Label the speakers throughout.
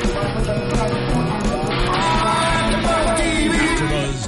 Speaker 1: AfterBuzz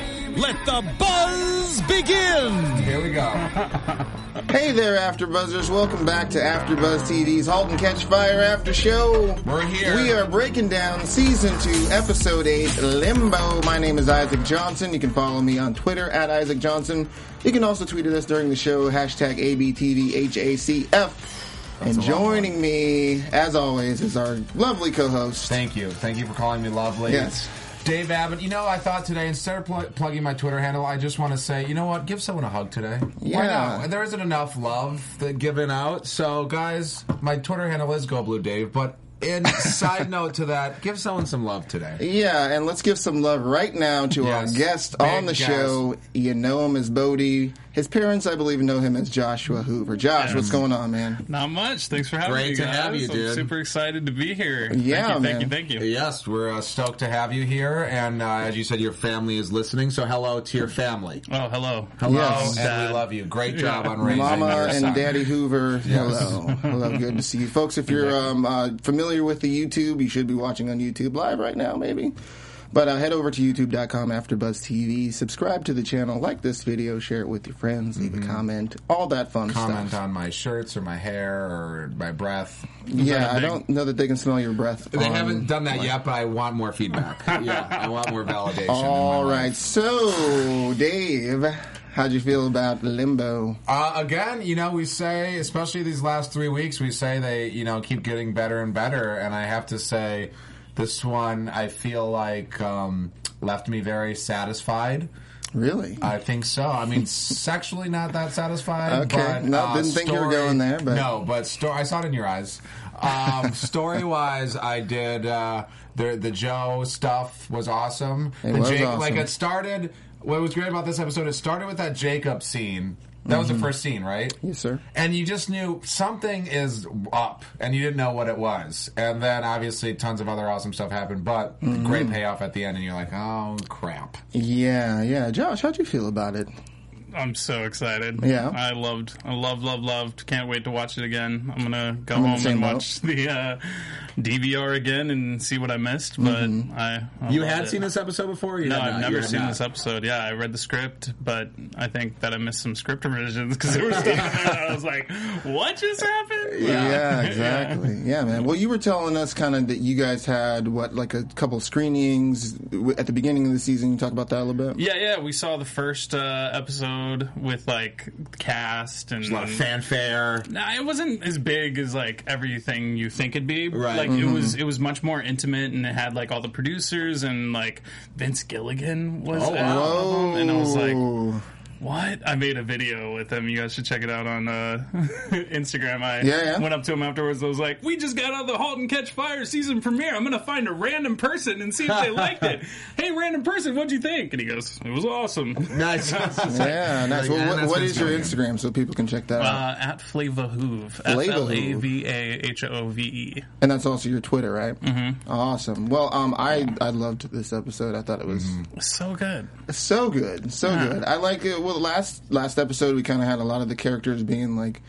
Speaker 1: let the buzz begin.
Speaker 2: Here we go.
Speaker 3: Hey there, AfterBuzzers! Welcome back to AfterBuzz TV's *Halt and Catch Fire* after show.
Speaker 2: We're here.
Speaker 3: We are breaking down season two, episode eight, Limbo. My name is Isaac Johnson. You can follow me on Twitter at Isaac Johnson. You can also tweet at us during the show hashtag #ABTVHACF. And joining me, as always, is our lovely co-host.
Speaker 2: Thank you. Thank you for calling me lovely.
Speaker 3: Yes.
Speaker 2: Dave Abbott, you know, I thought today, instead of pl- plugging my Twitter handle, I just want to say, you know what? Give someone a hug today. Why
Speaker 3: Yeah.
Speaker 2: not? There isn't enough love that given out. So, guys, my Twitter handle is Go Blue Dave, but in side note to that, give someone some love today.
Speaker 3: Yeah, and let's give some love right now to
Speaker 2: Yes.
Speaker 3: our guest
Speaker 2: Big
Speaker 3: on the
Speaker 2: guest.
Speaker 3: show. You know him as Bodie. His parents, I believe, know him as Joshua Hoover. Josh, what's
Speaker 2: Um,
Speaker 3: going on, man?
Speaker 4: Not much. Thanks for having
Speaker 2: Great
Speaker 4: me.
Speaker 2: to
Speaker 4: guys.
Speaker 2: have you, dude.
Speaker 4: I'm super excited to be here.
Speaker 3: Yeah,
Speaker 4: thank you,
Speaker 3: man.
Speaker 4: thank you, thank you.
Speaker 2: Yes, we're uh, stoked to have you here. And uh, as you said, your family is listening. So, hello to your family.
Speaker 4: Oh, hello.
Speaker 2: Hello, and
Speaker 3: Yes.
Speaker 4: Dad.
Speaker 2: we love you. Great job on raising
Speaker 3: Mama
Speaker 2: your son.
Speaker 3: and Daddy Hoover, hello, hello, good to see you, folks. If you're um, uh, familiar with the YouTube, you should be watching on YouTube live right now, maybe. But uh, head over to youtube.com AfterBuzz TV, subscribe to the channel, like this video, share it with your friends, leave a comment, all that fun
Speaker 2: Mm-hmm. comment
Speaker 3: stuff.
Speaker 2: on my shirts or my hair or my breath.
Speaker 3: Yeah, I don't know that they can smell your breath.
Speaker 2: They
Speaker 3: on-
Speaker 2: haven't done that yet, but I want more feedback. yeah, I want more validation. in my
Speaker 3: All
Speaker 2: life.
Speaker 3: right, so Dave, how'd you feel about Limbo?
Speaker 2: Uh, again, you know, we say, especially these last three weeks, we say they, you know, keep getting better and better. And I have to say, this one, I feel like um, left me very satisfied.
Speaker 3: Really?
Speaker 2: I think so. I mean, sexually not that satisfied.
Speaker 3: Okay.
Speaker 2: But,
Speaker 3: No,
Speaker 2: uh,
Speaker 3: didn't think you were
Speaker 2: story-
Speaker 3: going there, but-
Speaker 2: no, but story. I saw it in your eyes. Um, story wise, I did uh, the the Joe stuff was awesome.
Speaker 3: It
Speaker 2: the
Speaker 3: was
Speaker 2: Jake,
Speaker 3: awesome.
Speaker 2: Like it started. What was great about this episode? It started with that Jacob scene. That was the first scene, right?
Speaker 3: Mm-hmm. Yes, sir.
Speaker 2: And you just knew something is up, and you didn't know what it was. And then obviously, tons of other awesome stuff happened, but
Speaker 3: Mm-hmm.
Speaker 2: great payoff at the end, and you're like, oh crap.
Speaker 3: Yeah, yeah. Josh, how'd you feel about it?
Speaker 4: I'm so excited.
Speaker 3: Yeah.
Speaker 4: I loved, I loved, loved, loved. Can't wait to watch it again. I'm gonna go
Speaker 3: the
Speaker 4: home
Speaker 3: same
Speaker 4: and
Speaker 3: boat.
Speaker 4: watch the uh, DVR again and see what I missed. But I, I
Speaker 2: Mm-hmm. You
Speaker 4: loved
Speaker 2: had
Speaker 4: it.
Speaker 2: seen this episode before? You
Speaker 4: No,
Speaker 2: had
Speaker 4: I've
Speaker 2: not. You
Speaker 4: never
Speaker 2: had
Speaker 4: seen
Speaker 2: not.
Speaker 4: this episode. Yeah, I read the script, but I think that I missed some script revisions because there was stuff in there that I was like, "What just happened?"
Speaker 3: Yeah, exactly. Yeah. man. Well, you were telling us kind of that you guys had what, like a couple screenings w- at the beginning of the season. You talk about that a little bit.
Speaker 4: Yeah, yeah, we saw the first uh, episode with like cast and
Speaker 2: A lot of fanfare.
Speaker 4: Nah, it wasn't as big as like everything you think it'd be.
Speaker 2: Right.
Speaker 4: Like it was, it was much more intimate, and it had like all the producers and like Vince Gilligan was.
Speaker 2: Oh,
Speaker 4: at all of them, and I was like,
Speaker 3: Oh.
Speaker 4: "What?" I made a video with him. You guys should check it out on uh, Instagram. I
Speaker 3: Yeah, yeah.
Speaker 4: went up to him afterwards. I was like, "We just got out of the *Halt and Catch Fire* season premiere. I'm gonna find a random person and see if they liked it. Hey, random person, what'd you think?" And he goes, "It was awesome."
Speaker 2: Nice.
Speaker 3: yeah,
Speaker 2: Like,
Speaker 3: nice. Well,
Speaker 2: and
Speaker 3: what,
Speaker 2: that's
Speaker 3: what
Speaker 2: been
Speaker 3: is your
Speaker 2: going.
Speaker 3: Instagram so people can check that out?
Speaker 4: Uh, at Flavahove. F
Speaker 3: Flavahove.
Speaker 4: L A V A H O V E.
Speaker 3: And that's also your Twitter, right? Mm-hmm. Awesome. Well, um, I I loved this episode. I thought it was
Speaker 4: So good.
Speaker 3: so good, so good. I like it. Well, last last episode we kind of had a lot of the characters being like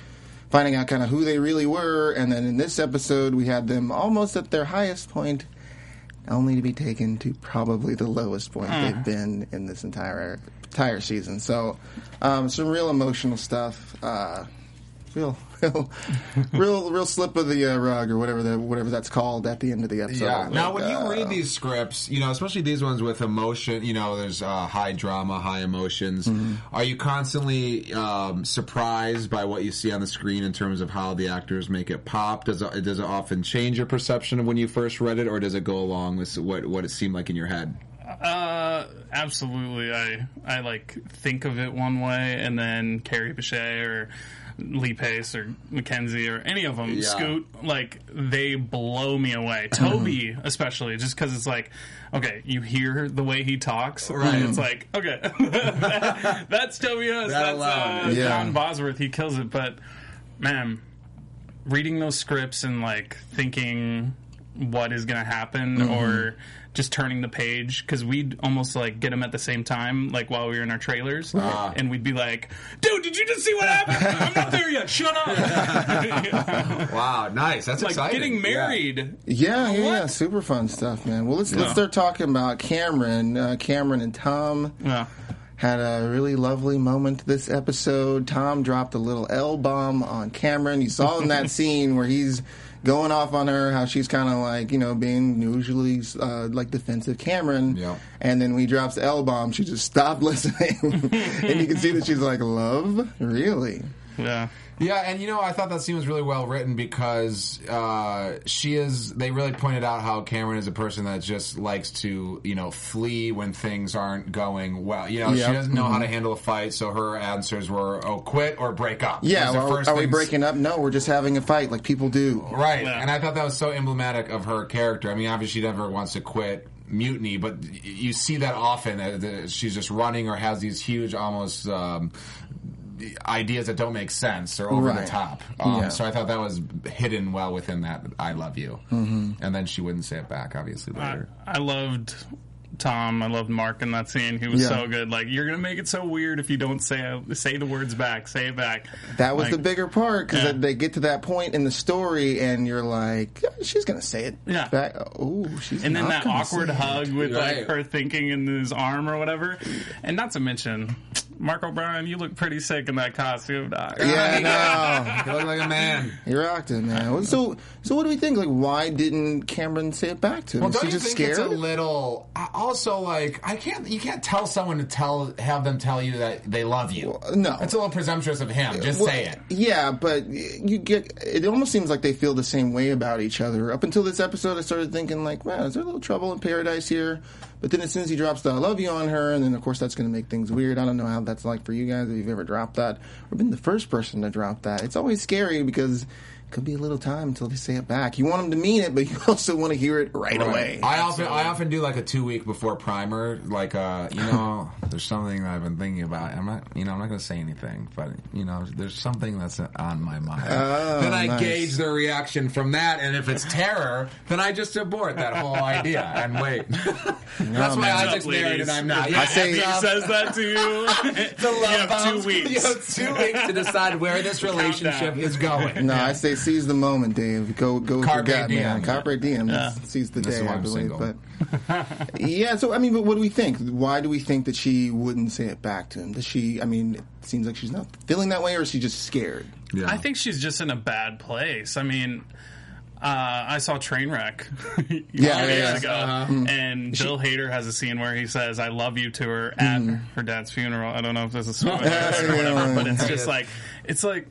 Speaker 3: finding out kind of who they really were, and then in this episode we had them almost at their highest point, only to be taken to probably the lowest point
Speaker 2: Hmm.
Speaker 3: they've been in this entire entire season. So, um, some real emotional stuff. Uh, Real, real, real, real slip of the uh, rug, or whatever the, whatever that's called, at the end of the episode.
Speaker 2: Yeah. Now,
Speaker 3: Like,
Speaker 2: when you
Speaker 3: uh,
Speaker 2: read these scripts, you know, especially these ones with emotion, you know, there's uh, high drama, high emotions. Are you constantly um, surprised by what you see on the screen in terms of how the actors make it pop? Does it, does it often change your perception of when you first read it, or does it go along with what what it seemed like in your head?
Speaker 4: Uh, absolutely. I I like think of it one way, and then Carrie Pichet or Lee Pace or Mackenzie or any of them,
Speaker 2: Yeah.
Speaker 4: Scoot, like they blow me away. Toby especially, just because it's like, okay, you hear the way he talks, right? It's like, okay, that, that's Toby Huss.
Speaker 2: That
Speaker 4: that's
Speaker 2: alone.
Speaker 4: uh,
Speaker 3: Yeah.
Speaker 4: John Bosworth. He kills it. But man, reading those scripts and like thinking what is going to happen or just turning the page because we'd almost like get them at the same time like while we were in our trailers and we'd be like dude did you just see what happened i'm not there yet shut up
Speaker 2: Wow, nice. That's
Speaker 4: like
Speaker 2: exciting.
Speaker 4: getting
Speaker 2: Yeah.
Speaker 4: married
Speaker 3: Yeah, yeah,
Speaker 4: What?
Speaker 3: yeah. Super fun stuff, man. Well, let's
Speaker 4: Yeah.
Speaker 3: let's start talking about Cameron. Uh, Cameron and Tom
Speaker 4: yeah.
Speaker 3: had a really lovely moment this episode. Tom dropped a little L bomb on Cameron. You saw in that scene where he's going off on her, how she's kind of like you know being usually uh, like defensive Cameron.
Speaker 2: Yeah.
Speaker 3: And then when he drops the L bomb, she just stopped listening, and you can see that she's like, "Love, really."
Speaker 4: yeah
Speaker 2: Yeah, and you know, I thought that scene was really well written because uh, she is. They really pointed out how Cameron is a person that just likes to, you know, flee when things aren't going well. You know,
Speaker 3: Yep.
Speaker 2: she doesn't know how to handle a fight, so her answers were, "Oh, quit or break up."
Speaker 3: Yeah,
Speaker 2: Was the
Speaker 3: are,
Speaker 2: first
Speaker 3: are we
Speaker 2: things-
Speaker 3: breaking up? No, we're just having a fight, like people do.
Speaker 2: Right,
Speaker 4: Yeah.
Speaker 2: and I thought that was so emblematic of her character. I mean, obviously, she never wants to quit mutiny, but y- you see that often. uh, the- She's just running or has these huge, almost um, ideas that don't make sense or over
Speaker 3: Right.
Speaker 2: the top. Um,
Speaker 3: Yeah.
Speaker 2: So I thought that was hidden well within that "I love you,"
Speaker 3: Mm-hmm.
Speaker 2: and then she wouldn't say it back, obviously
Speaker 4: I,
Speaker 2: later.
Speaker 4: I loved Tom. I loved Mark in that scene. He was
Speaker 3: Yeah.
Speaker 4: so good. Like you're gonna make it so weird if you don't say say the words back. Say it back.
Speaker 3: That was
Speaker 4: Like,
Speaker 3: the bigger part because
Speaker 4: Yeah.
Speaker 3: they get to that point in the story, and you're like, "Yeah, she's gonna say it.
Speaker 4: Yeah.
Speaker 3: Back. Oh, she's.
Speaker 4: And then
Speaker 3: not
Speaker 4: that
Speaker 3: gonna
Speaker 4: awkward
Speaker 3: say it.
Speaker 4: hug with like
Speaker 2: Right.
Speaker 4: her thinking in his arm or whatever. And not to mention, Mark O'Brien, you look pretty sick in that costume. Doc.
Speaker 3: Oh, Yeah,
Speaker 2: You look like a man.
Speaker 3: no, you rocked it, man. Well, So, so what do we think? Like, why didn't Cameron say it back to him? Is
Speaker 2: Well,
Speaker 3: she
Speaker 2: don't you
Speaker 3: just
Speaker 2: think
Speaker 3: scared?
Speaker 2: it's a little? I- Also, like I can't, you can't tell someone to tell, have them tell you that they love you.
Speaker 3: no.
Speaker 2: it's a little presumptuous of him. Just
Speaker 3: Well,
Speaker 2: say it.
Speaker 3: Yeah, but you get. It almost seems like they feel the same way about each other. Up until this episode, I started thinking like, "Wow, is there a little trouble in paradise here?" But then, as soon as he drops the "I love you" on her, and then of course that's going to make things weird. I don't know how that's like for you guys if you've ever dropped that or been the first person to drop that. It's always scary because. it Could be a little time until they say it back. You want them to mean it, but you also want to hear it right, away.
Speaker 2: I often I often do like a two week before primer, like uh, you know, there's something that I've been thinking about. I'm not, you know, I'm not going to say anything, but you know, there's something that's on my mind. then I
Speaker 3: Oh, nice.
Speaker 2: gauge their reaction from that, and if it's terror, then I just abort that whole idea and wait. that's why
Speaker 4: Hands up,
Speaker 2: Isaac's married
Speaker 4: ladies.
Speaker 2: and I'm not.
Speaker 4: If
Speaker 2: Yeah,
Speaker 3: I say-
Speaker 4: he
Speaker 2: hands up.
Speaker 4: says that to you.
Speaker 2: The love
Speaker 4: you have
Speaker 2: bombs.
Speaker 4: two weeks.
Speaker 2: You have two weeks to decide where this relationship is going.
Speaker 3: No, I say seize the moment, Dave. Go go with
Speaker 2: Carpe
Speaker 3: your gut, man.
Speaker 2: diem.
Speaker 3: Carpe diem. Seize the
Speaker 2: This is
Speaker 3: day,
Speaker 2: why
Speaker 3: I
Speaker 2: I'm
Speaker 3: believe.
Speaker 2: single.
Speaker 3: But yeah, so I mean, but what do we think? Why do we think that she wouldn't say it back to him? Does she? I mean, it seems like she's not feeling that way, or is she just scared?
Speaker 2: Yeah.
Speaker 4: I think she's just in a bad place. I mean, uh, I saw Trainwreck a few
Speaker 3: Yeah, yeah,
Speaker 4: days
Speaker 3: yeah. Hmm.
Speaker 4: ago,
Speaker 2: Uh-huh.
Speaker 4: and Bill Hader has a scene where he says "I love you" to her at
Speaker 3: Hmm.
Speaker 4: her dad's funeral. I don't know if this is spoilers or whatever, but it's just like it's like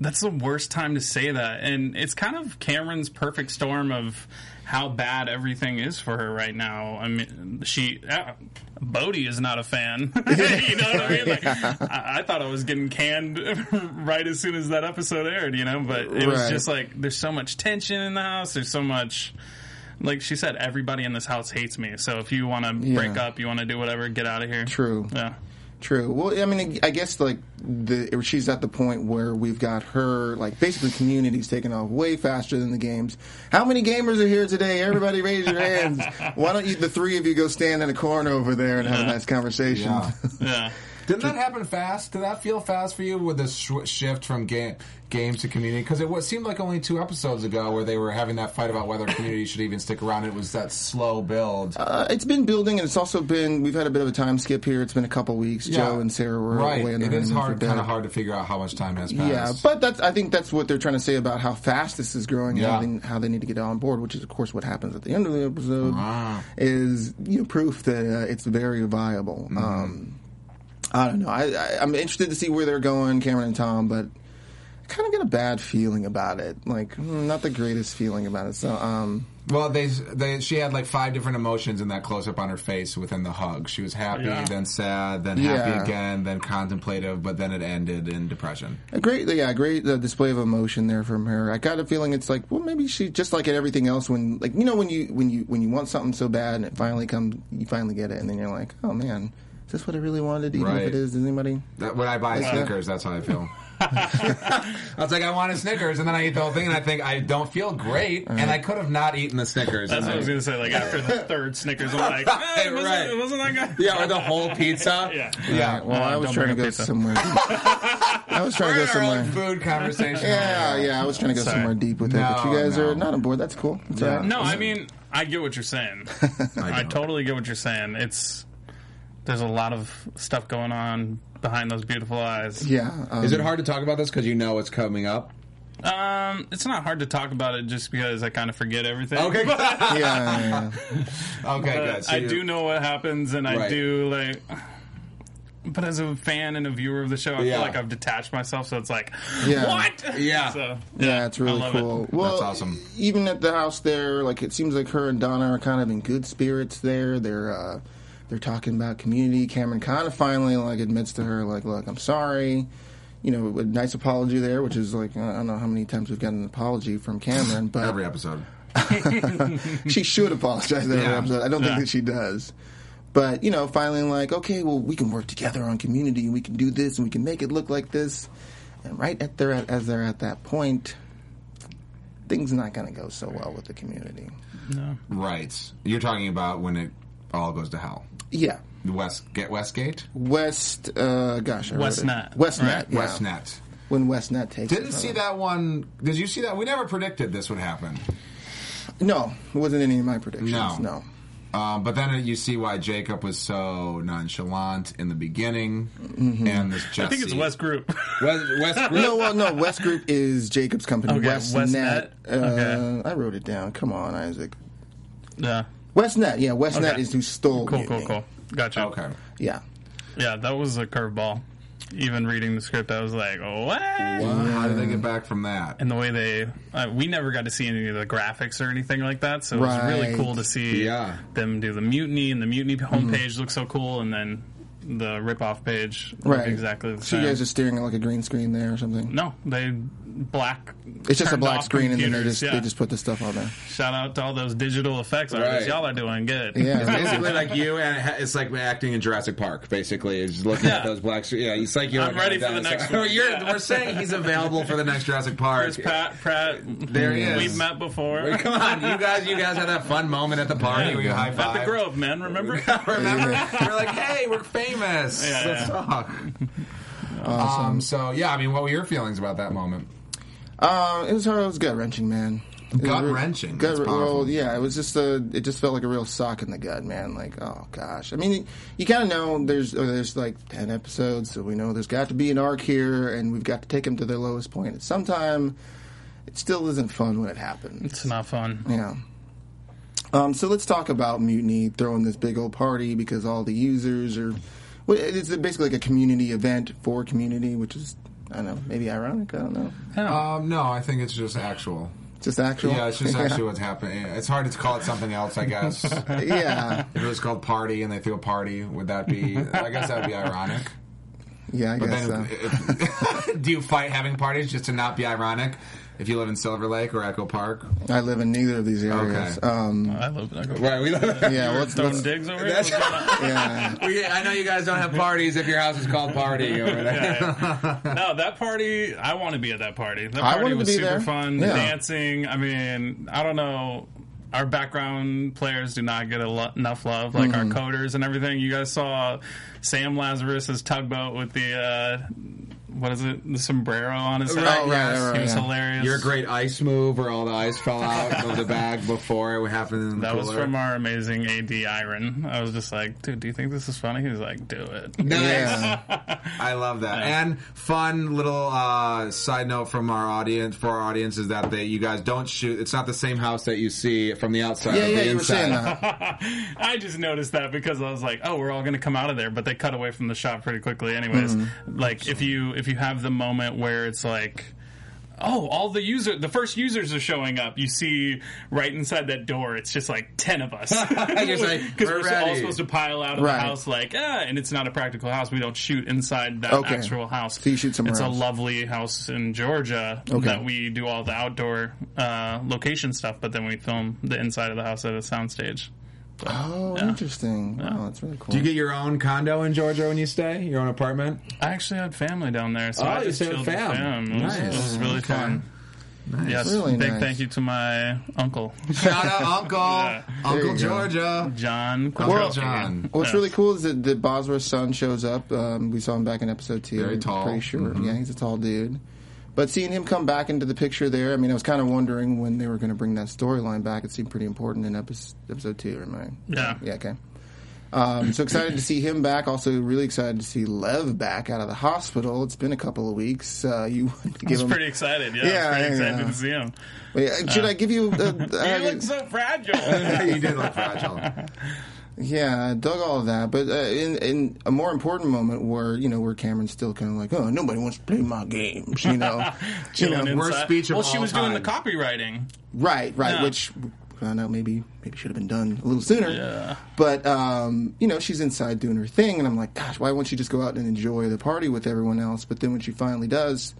Speaker 4: that's the worst time to say that, and it's kind of Cameron's perfect storm of. How bad everything is for her right now. I mean, she uh, Bodie is not a fan. you know what I mean? Like, I, I thought I was getting canned right as soon as that episode aired, you know, but it was
Speaker 3: Right.
Speaker 4: just like there's so much tension in the house, there's so much like she said, everybody in this house hates me. So if you want to break up, you want to do whatever, get out of here.
Speaker 3: True.
Speaker 4: Yeah.
Speaker 3: True. Well, I mean, I guess like the she's at the point where we've got her like basically communities taking off way faster than the games. How many gamers are here today? Everybody raise your hands. Why don't you the three of you go stand in a corner over there and have a nice conversation?
Speaker 2: Yeah.
Speaker 4: Yeah.
Speaker 2: Didn't that happen fast? Did that feel fast for you with the sh- shift from game games to community? Because it was, seemed like only two episodes ago where they were having that fight about whether community should even stick around. It was that slow build.
Speaker 3: Uh, it's been building, and it's also been we've had a bit of a time skip here. It's been a couple weeks. Joe and Sarah were
Speaker 2: right.
Speaker 3: away on the
Speaker 2: It is
Speaker 3: honeymoon for
Speaker 2: hard,
Speaker 3: dead.
Speaker 2: kind of hard to figure out how much time has passed.
Speaker 3: Yeah, but that's I think that's what they're trying to say about how fast this is growing and
Speaker 2: Yeah.
Speaker 3: how they, how they need to get on board, which is of course what happens at the end of the episode.
Speaker 2: Wow.
Speaker 3: Is you know proof that uh, it's very viable.
Speaker 2: Mm-hmm.
Speaker 3: Um, I don't know. I, I I'm interested to see where they're going, Cameron and Tom, but. kind of get a bad feeling about it. Like, mm, not the greatest feeling about it. So, um,
Speaker 2: Well, they, they she had like five different emotions in that close up on her face within the hug. She was happy,
Speaker 4: Yeah.
Speaker 2: then sad, then
Speaker 3: Yeah.
Speaker 2: happy again, then contemplative, but then it ended in depression.
Speaker 3: a great, yeah, a great uh, display of emotion there from her. I got a feeling it's like, well, maybe she just like at everything else when, like, you know, when you when you when you want something so bad and it finally comes, you finally get it, and then you're like, oh man, is this what I really wanted? Even
Speaker 2: Right.
Speaker 3: if it is, does anybody?
Speaker 2: That, when I buy Snickers, that's how I feel. I was like, I want a Snickers, and then I eat the whole thing, and I think I don't feel great, and I could have not eaten the Snickers.
Speaker 4: Uh-huh.
Speaker 2: and
Speaker 4: That's what I was gonna say. Like after the third Snickers, I'm like, eh, it, wasn't,
Speaker 2: Right.
Speaker 4: it wasn't that good.
Speaker 2: yeah, or the whole pizza.
Speaker 4: Yeah.
Speaker 2: yeah.
Speaker 3: Well, I was
Speaker 4: don't
Speaker 3: trying to
Speaker 4: bring
Speaker 3: go
Speaker 4: up pizza.
Speaker 3: somewhere. I was trying
Speaker 2: We're
Speaker 3: to
Speaker 2: in
Speaker 3: go
Speaker 2: our own
Speaker 3: somewhere.
Speaker 2: food conversation.
Speaker 3: Yeah, yeah, I was trying to go
Speaker 4: Sorry.
Speaker 3: somewhere deep with it, but
Speaker 2: No,
Speaker 3: you guys
Speaker 2: no.
Speaker 3: are not on board. That's cool. It's all right.
Speaker 4: No, I mean, I get what you're saying. I,
Speaker 2: don't.
Speaker 4: totally get what you're saying. It's there's a lot of stuff going on behind those beautiful eyes.
Speaker 3: Yeah. Um,
Speaker 2: Is it hard to talk about this because you know it's coming up?
Speaker 4: Um, it's not hard to talk about it just because I kind of forget everything.
Speaker 2: Okay,
Speaker 4: But
Speaker 3: Yeah, yeah,
Speaker 2: okay, good. So
Speaker 4: I
Speaker 2: you-
Speaker 4: do know what happens, and I
Speaker 2: Right.
Speaker 4: do like. But as a fan and a viewer of the show, I
Speaker 2: Yeah.
Speaker 4: feel like I've detached myself. So it's like,
Speaker 3: Yeah.
Speaker 4: what?
Speaker 2: Yeah.
Speaker 4: So,
Speaker 3: yeah. yeah, it's really
Speaker 4: love it.
Speaker 3: cool. Well,
Speaker 2: That's awesome.
Speaker 3: Even at the house there, like it seems like her and Donna are kind of in good spirits there. They're uh, they're talking about community. Cameron kind of finally like admits to her like, look, I'm sorry. You know, a nice apology there, which is like I don't know how many times we've gotten an apology from Cameron, but
Speaker 2: every episode.
Speaker 3: she should apologize every
Speaker 2: Yeah.
Speaker 3: episode. I don't think
Speaker 4: Yeah.
Speaker 3: that she does. But, you know, finally like, okay, well, we can work together on community and we can do this and we can make it look like this. And right at their, as they're at that point, things not going to go so well with the community.
Speaker 2: Right. You're talking about when it all goes to hell.
Speaker 3: Yeah.
Speaker 2: West get Westgate.
Speaker 3: West, uh, gosh, I wrote it.
Speaker 4: Westnet,
Speaker 3: Westnet.
Speaker 4: right?
Speaker 3: yeah.
Speaker 2: Westnet.
Speaker 3: When Westnet takes
Speaker 2: Didn't
Speaker 3: it
Speaker 2: see
Speaker 4: Uh-huh.
Speaker 3: over.
Speaker 2: that one. Did you see that? We never predicted this would happen.
Speaker 3: No, it wasn't any of my predictions.
Speaker 2: No.
Speaker 3: no.
Speaker 2: Um, but then you see why Jacob was so nonchalant in the beginning, and this Jesse.
Speaker 4: I think it's West Group.
Speaker 2: West, West Group.
Speaker 3: No, well, no. West Group is Jacob's company.
Speaker 4: Okay,
Speaker 3: Westnet.
Speaker 4: Westnet.
Speaker 3: Uh,
Speaker 4: Okay.
Speaker 3: I wrote it down. Come on, Isaac.
Speaker 4: yeah.
Speaker 3: Westnet, yeah, Westnet
Speaker 4: Okay.
Speaker 3: is who stole.
Speaker 4: Cool, cool,
Speaker 3: Mutiny.
Speaker 4: cool. Gotcha.
Speaker 2: Okay.
Speaker 3: Yeah,
Speaker 4: Yeah, that was a curveball. Even reading the script, I was like, what?
Speaker 2: Well, how did they get back from that?
Speaker 4: And the way they, uh, we never got to see any of the graphics or anything like that, so it was
Speaker 3: Right. Mm-hmm.
Speaker 4: really cool to see
Speaker 2: Yeah.
Speaker 4: them do the mutiny, and the mutiny homepage looks so cool, and then the ripoff page looked
Speaker 3: right.
Speaker 4: exactly the
Speaker 3: So
Speaker 4: same.
Speaker 3: you guys are staring at like a green screen there or something.
Speaker 4: no, they black.
Speaker 3: It's just a
Speaker 4: turned
Speaker 3: black
Speaker 4: off
Speaker 3: screen, and then they
Speaker 4: computers,
Speaker 3: just
Speaker 4: yeah.
Speaker 3: they just put the stuff on there.
Speaker 4: shout out to all those digital effects artists.
Speaker 2: Right.
Speaker 4: Y'all are doing good.
Speaker 3: Yeah,
Speaker 2: Basically, like you, and it ha- it's like acting in Jurassic Park. Basically, it's just looking at
Speaker 4: Yeah.
Speaker 2: those black. stre- Yeah, it's like you're.
Speaker 4: I'm
Speaker 2: like,
Speaker 4: ready
Speaker 2: oh,
Speaker 4: for the
Speaker 2: dinosaur.
Speaker 4: next one.
Speaker 2: You're-
Speaker 4: Yeah.
Speaker 2: We're saying he's available for the next Jurassic Park.
Speaker 4: There's Pat Pratt.
Speaker 2: There he is.
Speaker 4: We've met before.
Speaker 2: Wait, come on, you guys! You guys had that fun moment at the party where you high
Speaker 4: At the
Speaker 2: five.
Speaker 4: Grove, man. Remember?
Speaker 2: Remember? we're like, hey, we're famous.
Speaker 4: Yeah,
Speaker 2: Let's
Speaker 4: yeah.
Speaker 2: talk. Um, so yeah, I mean, what were your feelings about that moment?
Speaker 3: um, it was hard. It was gut wrenching, man. It was
Speaker 2: Gut
Speaker 3: real-
Speaker 2: wrenching.
Speaker 3: Gut,
Speaker 2: That's
Speaker 3: well,
Speaker 2: powerful.
Speaker 3: yeah, it was just a. It just felt like a real sock in the gut, man. Like, oh gosh. I mean, you kind of know there's or there's like ten episodes, so we know there's got to be an arc here, and we've got to take them to their lowest point at some time. It still isn't fun when it happens.
Speaker 4: it's not fun.
Speaker 3: Yeah. Um, so let's talk about Mutiny throwing this big old party because all the users are. Well, it's basically like a community event for community, which is, I don't know, maybe ironic. I don't know.
Speaker 2: Um, no, I think it's just actual.
Speaker 3: Just actual.
Speaker 2: Yeah, it's just actually what's happening. It's hard to call it something else, I guess. if
Speaker 3: yeah.
Speaker 2: it was called party and they threw a party, would that be? I guess that would be ironic.
Speaker 3: Yeah, I
Speaker 2: But
Speaker 3: guess so.
Speaker 2: then, if- do you fight having parties just to not be ironic? If you live in Silver Lake or Echo Park,
Speaker 3: I live in neither of these areas.
Speaker 2: Okay.
Speaker 3: Um,
Speaker 4: I love that. Grove.
Speaker 2: right? We live.
Speaker 3: yeah, let's,
Speaker 4: Throwing
Speaker 3: let's,
Speaker 4: digs over here.
Speaker 2: That's-
Speaker 4: What's going on?
Speaker 3: yeah.
Speaker 2: We, I know you guys don't have parties if your house is called party over there.
Speaker 4: No, that party. I want to be at that party. That
Speaker 3: I
Speaker 4: party
Speaker 3: wanted to
Speaker 4: was
Speaker 3: be
Speaker 4: super
Speaker 3: there.
Speaker 4: fun.
Speaker 3: Yeah.
Speaker 4: The dancing. I mean, I don't know. Our background players do not get a lo- enough love, like
Speaker 2: Mm-hmm.
Speaker 4: our coders and everything. You guys saw Sam Lazarus's tugboat with the uh, what is it? The sombrero on his head.
Speaker 2: Right, right,
Speaker 4: Yes.
Speaker 2: right,
Speaker 4: he was
Speaker 3: yeah.
Speaker 4: hilarious.
Speaker 2: Your great ice move where all the ice fell out of the bag before it happened in the
Speaker 4: That was
Speaker 2: cooler.
Speaker 4: from our amazing AD Iron. I was just like, dude, do you think this is funny? He's like, do it.
Speaker 2: Nice.
Speaker 3: Yeah.
Speaker 2: I love that. And fun little uh, side note from our audience for our audience is that they, you guys don't shoot. It's not the same house that you see from the outside.
Speaker 3: Yeah,
Speaker 2: of
Speaker 3: yeah,
Speaker 2: the
Speaker 3: you were
Speaker 2: inside.
Speaker 3: saying that.
Speaker 4: I just noticed that because I was like, "Oh, we're all going to come out of there," but they
Speaker 3: Hmm.
Speaker 4: cut away from the shot pretty quickly. Anyways, like if you if you have the moment where it's like oh, all the user, the first users are showing up. You see right inside that door, it's just like ten of us
Speaker 2: Just like,
Speaker 4: because we're
Speaker 2: "We're ready."
Speaker 4: all supposed to pile out of
Speaker 3: Right.
Speaker 4: the house, like, ah, and it's not a practical house. We don't shoot inside that
Speaker 3: Okay.
Speaker 4: actual house.
Speaker 3: So you shoot somewhere
Speaker 4: It's
Speaker 3: else.
Speaker 4: a lovely house in Georgia
Speaker 3: Okay.
Speaker 4: that we do all the outdoor uh, location stuff, but then we film the inside of the house at a soundstage.
Speaker 3: Oh, interesting. Wow, that's really cool.
Speaker 2: Do you get your own condo in Georgia when you stay? Your own apartment?
Speaker 4: I actually had family down there, so
Speaker 2: Oh,
Speaker 4: I
Speaker 2: you
Speaker 4: just
Speaker 2: said
Speaker 4: chilled with
Speaker 2: fam.
Speaker 4: fam. It was, it
Speaker 2: Nice.
Speaker 4: was really
Speaker 2: Okay.
Speaker 4: fun. Yes,
Speaker 3: Really
Speaker 4: big
Speaker 3: nice.
Speaker 4: thank you to my uncle,
Speaker 2: Shout out Uncle
Speaker 3: There you
Speaker 2: Uncle
Speaker 3: go.
Speaker 2: Georgia.
Speaker 4: John.
Speaker 2: Uncle
Speaker 4: Quintrell.
Speaker 2: John.
Speaker 3: What's
Speaker 4: Yeah.
Speaker 3: really cool is that, that Bosworth's son shows up. Um, we saw him back in episode two.
Speaker 2: Very
Speaker 3: I'm
Speaker 2: tall. Mm-hmm.
Speaker 3: Pretty sure. Yeah, he's a tall dude. But seeing him come back into the picture there, I mean, I was kind of wondering when they were going to bring that storyline back. It seemed pretty important in episode, episode two, am I?
Speaker 4: Yeah.
Speaker 3: Yeah, okay. Um, so excited to see him back. Also, really excited to see Lev back out of the hospital. It's been a couple of weeks. Uh, you want to
Speaker 4: I
Speaker 3: give
Speaker 4: was
Speaker 3: him?
Speaker 4: pretty excited. Yeah,
Speaker 3: Yeah,
Speaker 4: I was pretty
Speaker 3: yeah,
Speaker 4: excited
Speaker 3: yeah.
Speaker 4: to see him.
Speaker 3: Wait, should I give you? Uh,
Speaker 4: You
Speaker 3: uh,
Speaker 4: look so fragile.
Speaker 2: you did look fragile.
Speaker 3: Yeah, I dug all of that, but uh, in in a more important moment where you know where Cameron's still kind of like, oh, nobody wants to play my games, you know, you know,
Speaker 4: Chilling
Speaker 2: worst
Speaker 4: inside.
Speaker 2: speech of
Speaker 4: Well, she
Speaker 2: all
Speaker 4: was doing the
Speaker 2: time.
Speaker 4: copywriting.
Speaker 3: right, right,
Speaker 4: Yeah.
Speaker 3: which I don't know, maybe maybe should have been done a little sooner.
Speaker 4: Yeah.
Speaker 3: But um, you know, she's inside doing her thing, and I'm like, gosh, why won't she just go out and enjoy the party with everyone else? But then when she finally does,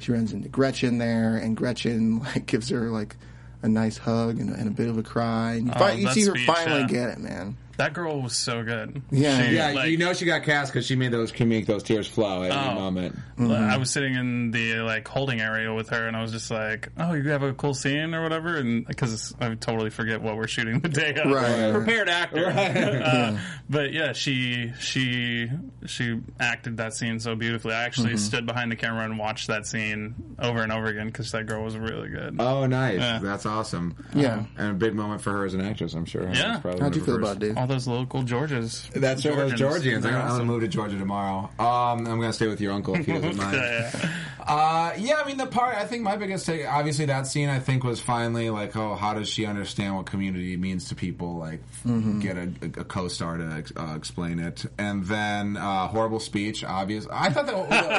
Speaker 3: she runs into Gretchen there, and Gretchen like gives her like a nice hug and, and a bit of a cry, and you, fi- you
Speaker 4: Oh, that
Speaker 3: see her
Speaker 4: speech,
Speaker 3: finally
Speaker 4: yeah.
Speaker 3: get it, man.
Speaker 4: That girl was so good.
Speaker 3: Yeah.
Speaker 4: She,
Speaker 2: Yeah,
Speaker 4: like,
Speaker 2: you know she got cast because she made those can make those tears flow at any
Speaker 4: Oh.
Speaker 2: moment.
Speaker 4: I was sitting in the like holding area with her, and I was just like, "Oh, you have a cool scene or whatever," and because I totally forget what we're shooting the day of.
Speaker 3: Right.
Speaker 4: Prepared actor,
Speaker 2: Right.
Speaker 4: Uh, but yeah, she she she acted that scene so beautifully. I actually stood behind the camera and watched that scene over and over again because that girl was really good.
Speaker 2: Oh, nice. That's awesome.
Speaker 3: Yeah.
Speaker 2: and a big moment for her as an actress, I'm sure. That's
Speaker 4: Yeah.
Speaker 2: probably
Speaker 3: How'd
Speaker 2: one
Speaker 3: you
Speaker 2: of
Speaker 3: feel
Speaker 2: her
Speaker 3: about it,
Speaker 2: first-
Speaker 3: dude?
Speaker 4: All those local Georgians.
Speaker 2: That's right, those Georgians. I'm
Speaker 4: They're
Speaker 2: gonna- I'm gonna
Speaker 4: awesome.
Speaker 2: move to Georgia tomorrow. Um, I'm gonna stay with your uncle if he doesn't mind.
Speaker 4: Yeah, yeah.
Speaker 2: Uh, yeah, I mean the part I think my biggest take, obviously that scene I think was finally like, oh, how does she understand what community means to people? Like,
Speaker 3: Mm-hmm.
Speaker 2: get a, a, co-star to ex- uh, explain it, and then uh, horrible speech. Obvious. I thought the,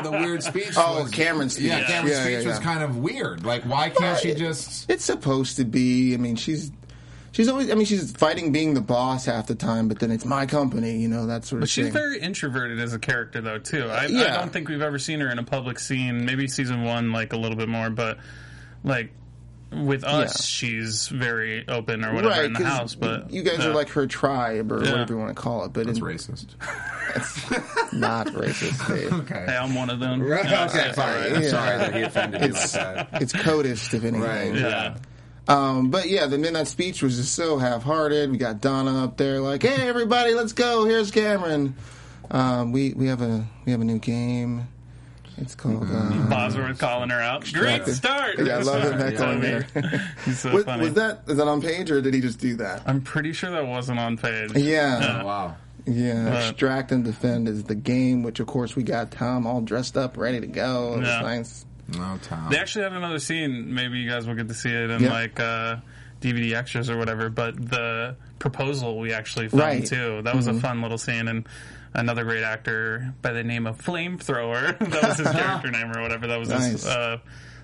Speaker 2: the, the weird speech.
Speaker 3: Oh,
Speaker 2: was,
Speaker 3: Cameron's speech.
Speaker 2: Yeah, Cameron's
Speaker 3: Yeah, yeah,
Speaker 2: speech was
Speaker 3: yeah.
Speaker 2: kind of weird. Like, why can't she
Speaker 3: it-
Speaker 2: just?
Speaker 3: It's supposed to be. I mean, she's she's always. I mean, she's fighting being the boss half the time, but then it's my company, you know, that sort of
Speaker 4: She's
Speaker 3: thing.
Speaker 4: very introverted as a character, though. Too, I, I
Speaker 3: Yeah.
Speaker 4: don't think we've ever seen her in a public scene. Maybe season one, like a little bit more, but like with us, she's very open or whatever in the
Speaker 3: 'cause
Speaker 4: house. But
Speaker 3: you guys
Speaker 4: yeah.
Speaker 3: are like her tribe or whatever you want to call it, but
Speaker 2: It's
Speaker 3: it's
Speaker 2: racist.
Speaker 3: not racist. Dave.
Speaker 2: Okay.
Speaker 4: hey, I'm one of them.
Speaker 2: Right,
Speaker 4: Yeah,
Speaker 2: okay,
Speaker 4: it's all
Speaker 2: sorry.
Speaker 4: right.
Speaker 2: I'm sorry that he offended you like
Speaker 3: It's-
Speaker 2: that.
Speaker 3: It's codist, if anything.
Speaker 2: Right.
Speaker 4: Yeah.
Speaker 3: Um, but yeah, the midnight speech was just so half-hearted. We got Donna up there, like, "Hey, everybody, let's go! Here's Cameron. Um, we we have a we have a new game. It's called." Uh,
Speaker 4: Bosworth calling her out. Great start.
Speaker 3: Yeah, I love it. That's
Speaker 4: Mm-hmm. Yeah.
Speaker 3: on there.
Speaker 4: He's so
Speaker 3: was,
Speaker 4: funny.
Speaker 3: was that is that on page or did he just do that?
Speaker 4: I'm pretty sure that wasn't on page.
Speaker 3: Yeah.
Speaker 4: Uh,
Speaker 2: Wow.
Speaker 3: Yeah,
Speaker 4: Right.
Speaker 3: extract and defend is the game, which of course we got Tom all dressed up, ready to go. It was
Speaker 4: Yeah.
Speaker 3: nice.
Speaker 2: No, Tom.
Speaker 4: They actually had another scene. Maybe you guys will get to see it in
Speaker 3: Yeah.
Speaker 4: like uh, DVD extras or whatever. But the proposal we actually filmed
Speaker 3: Right. Mm-hmm.
Speaker 4: too. That was a fun little scene and. Another great actor by the name of Flamethrower. that was his character name or whatever. That was
Speaker 3: Nice.
Speaker 4: his uh,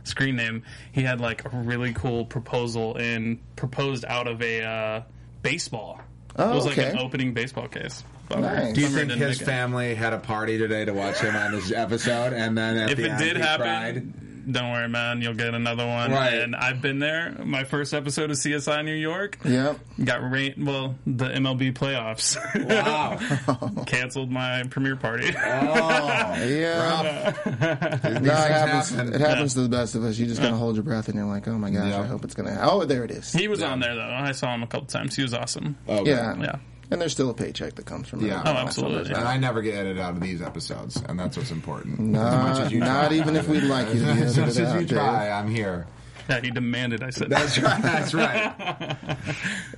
Speaker 4: screen name. He had like a really cool proposal and proposed out of a uh, baseball.
Speaker 3: Oh,
Speaker 4: it was
Speaker 3: okay.
Speaker 4: like an opening baseball case.
Speaker 3: Nice.
Speaker 2: Do you
Speaker 4: Bummer
Speaker 2: think
Speaker 4: didn't
Speaker 2: his
Speaker 4: make it.
Speaker 2: family had a party today to watch him on this episode, and then at
Speaker 4: if
Speaker 2: the
Speaker 4: it
Speaker 2: end
Speaker 4: did
Speaker 2: he
Speaker 4: happen,
Speaker 2: cried?
Speaker 4: don't worry, man. You'll get another one.
Speaker 2: Right.
Speaker 4: And I've been there. My first episode of CSI New York
Speaker 3: Yep.
Speaker 4: got rain. Well, the MLB playoffs
Speaker 2: Wow.
Speaker 4: canceled my premiere party.
Speaker 2: Oh.
Speaker 3: Yeah. No, it
Speaker 2: These things
Speaker 3: happens.
Speaker 2: happen.
Speaker 3: It happens to the best of us. You just gotta hold your breath, and you're like, "Oh my gosh,
Speaker 2: Yeah.
Speaker 3: I hope it's gonna." Oh, there it is.
Speaker 4: he was on there though. I saw him a couple times. He was awesome.
Speaker 2: Okay.
Speaker 3: Yeah.
Speaker 4: Yeah.
Speaker 3: And there's still a paycheck that comes from it.
Speaker 2: Yeah.
Speaker 3: I
Speaker 2: Oh,
Speaker 3: don't know,
Speaker 4: absolutely.
Speaker 3: sometimes.
Speaker 2: And I never get edited out of these episodes, and that's what's important.
Speaker 4: Oh.
Speaker 2: as much
Speaker 3: Not,
Speaker 2: as you
Speaker 3: not
Speaker 2: try.
Speaker 3: even if we'd like you to be
Speaker 2: as much as
Speaker 3: edited out,
Speaker 2: you
Speaker 3: Dave.
Speaker 2: try, I'm here.
Speaker 4: Yeah, he demanded. I said,
Speaker 2: That's right. That's right.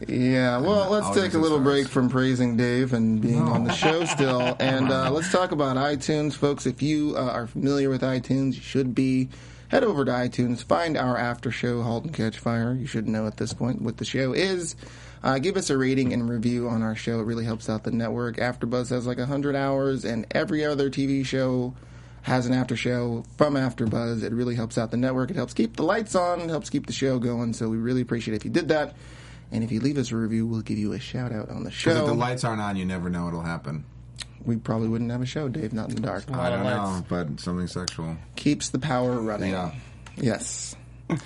Speaker 3: Yeah, well, let's
Speaker 2: I'll
Speaker 3: take
Speaker 2: use
Speaker 3: a
Speaker 2: the
Speaker 3: little
Speaker 2: stars.
Speaker 3: break from praising Dave and being on the show still, and uh, let's talk about iTunes, folks. If you uh, are familiar with iTunes, you should be. Head over to iTunes, find our after show, Halt and Catch Fire. You should know at this point what the show is. Uh, give us a rating and review on our show. It really helps out the network. AfterBuzz has like 100 hours, and every other TV show has an after show from AfterBuzz. It really helps out the network. It helps keep the lights on. It helps keep the show going. So we really appreciate it if you did that. And if you leave us a review, we'll give you a shout out on the
Speaker 2: Because
Speaker 3: show.
Speaker 2: if the lights aren't on, you never know what'll happen.
Speaker 3: we probably wouldn't have a show, Dave. Not in the dark.
Speaker 2: I
Speaker 4: lot of
Speaker 2: don't know,
Speaker 4: lights.
Speaker 2: but something sexual.
Speaker 3: Keeps the power running.
Speaker 2: Yeah.
Speaker 3: Yes.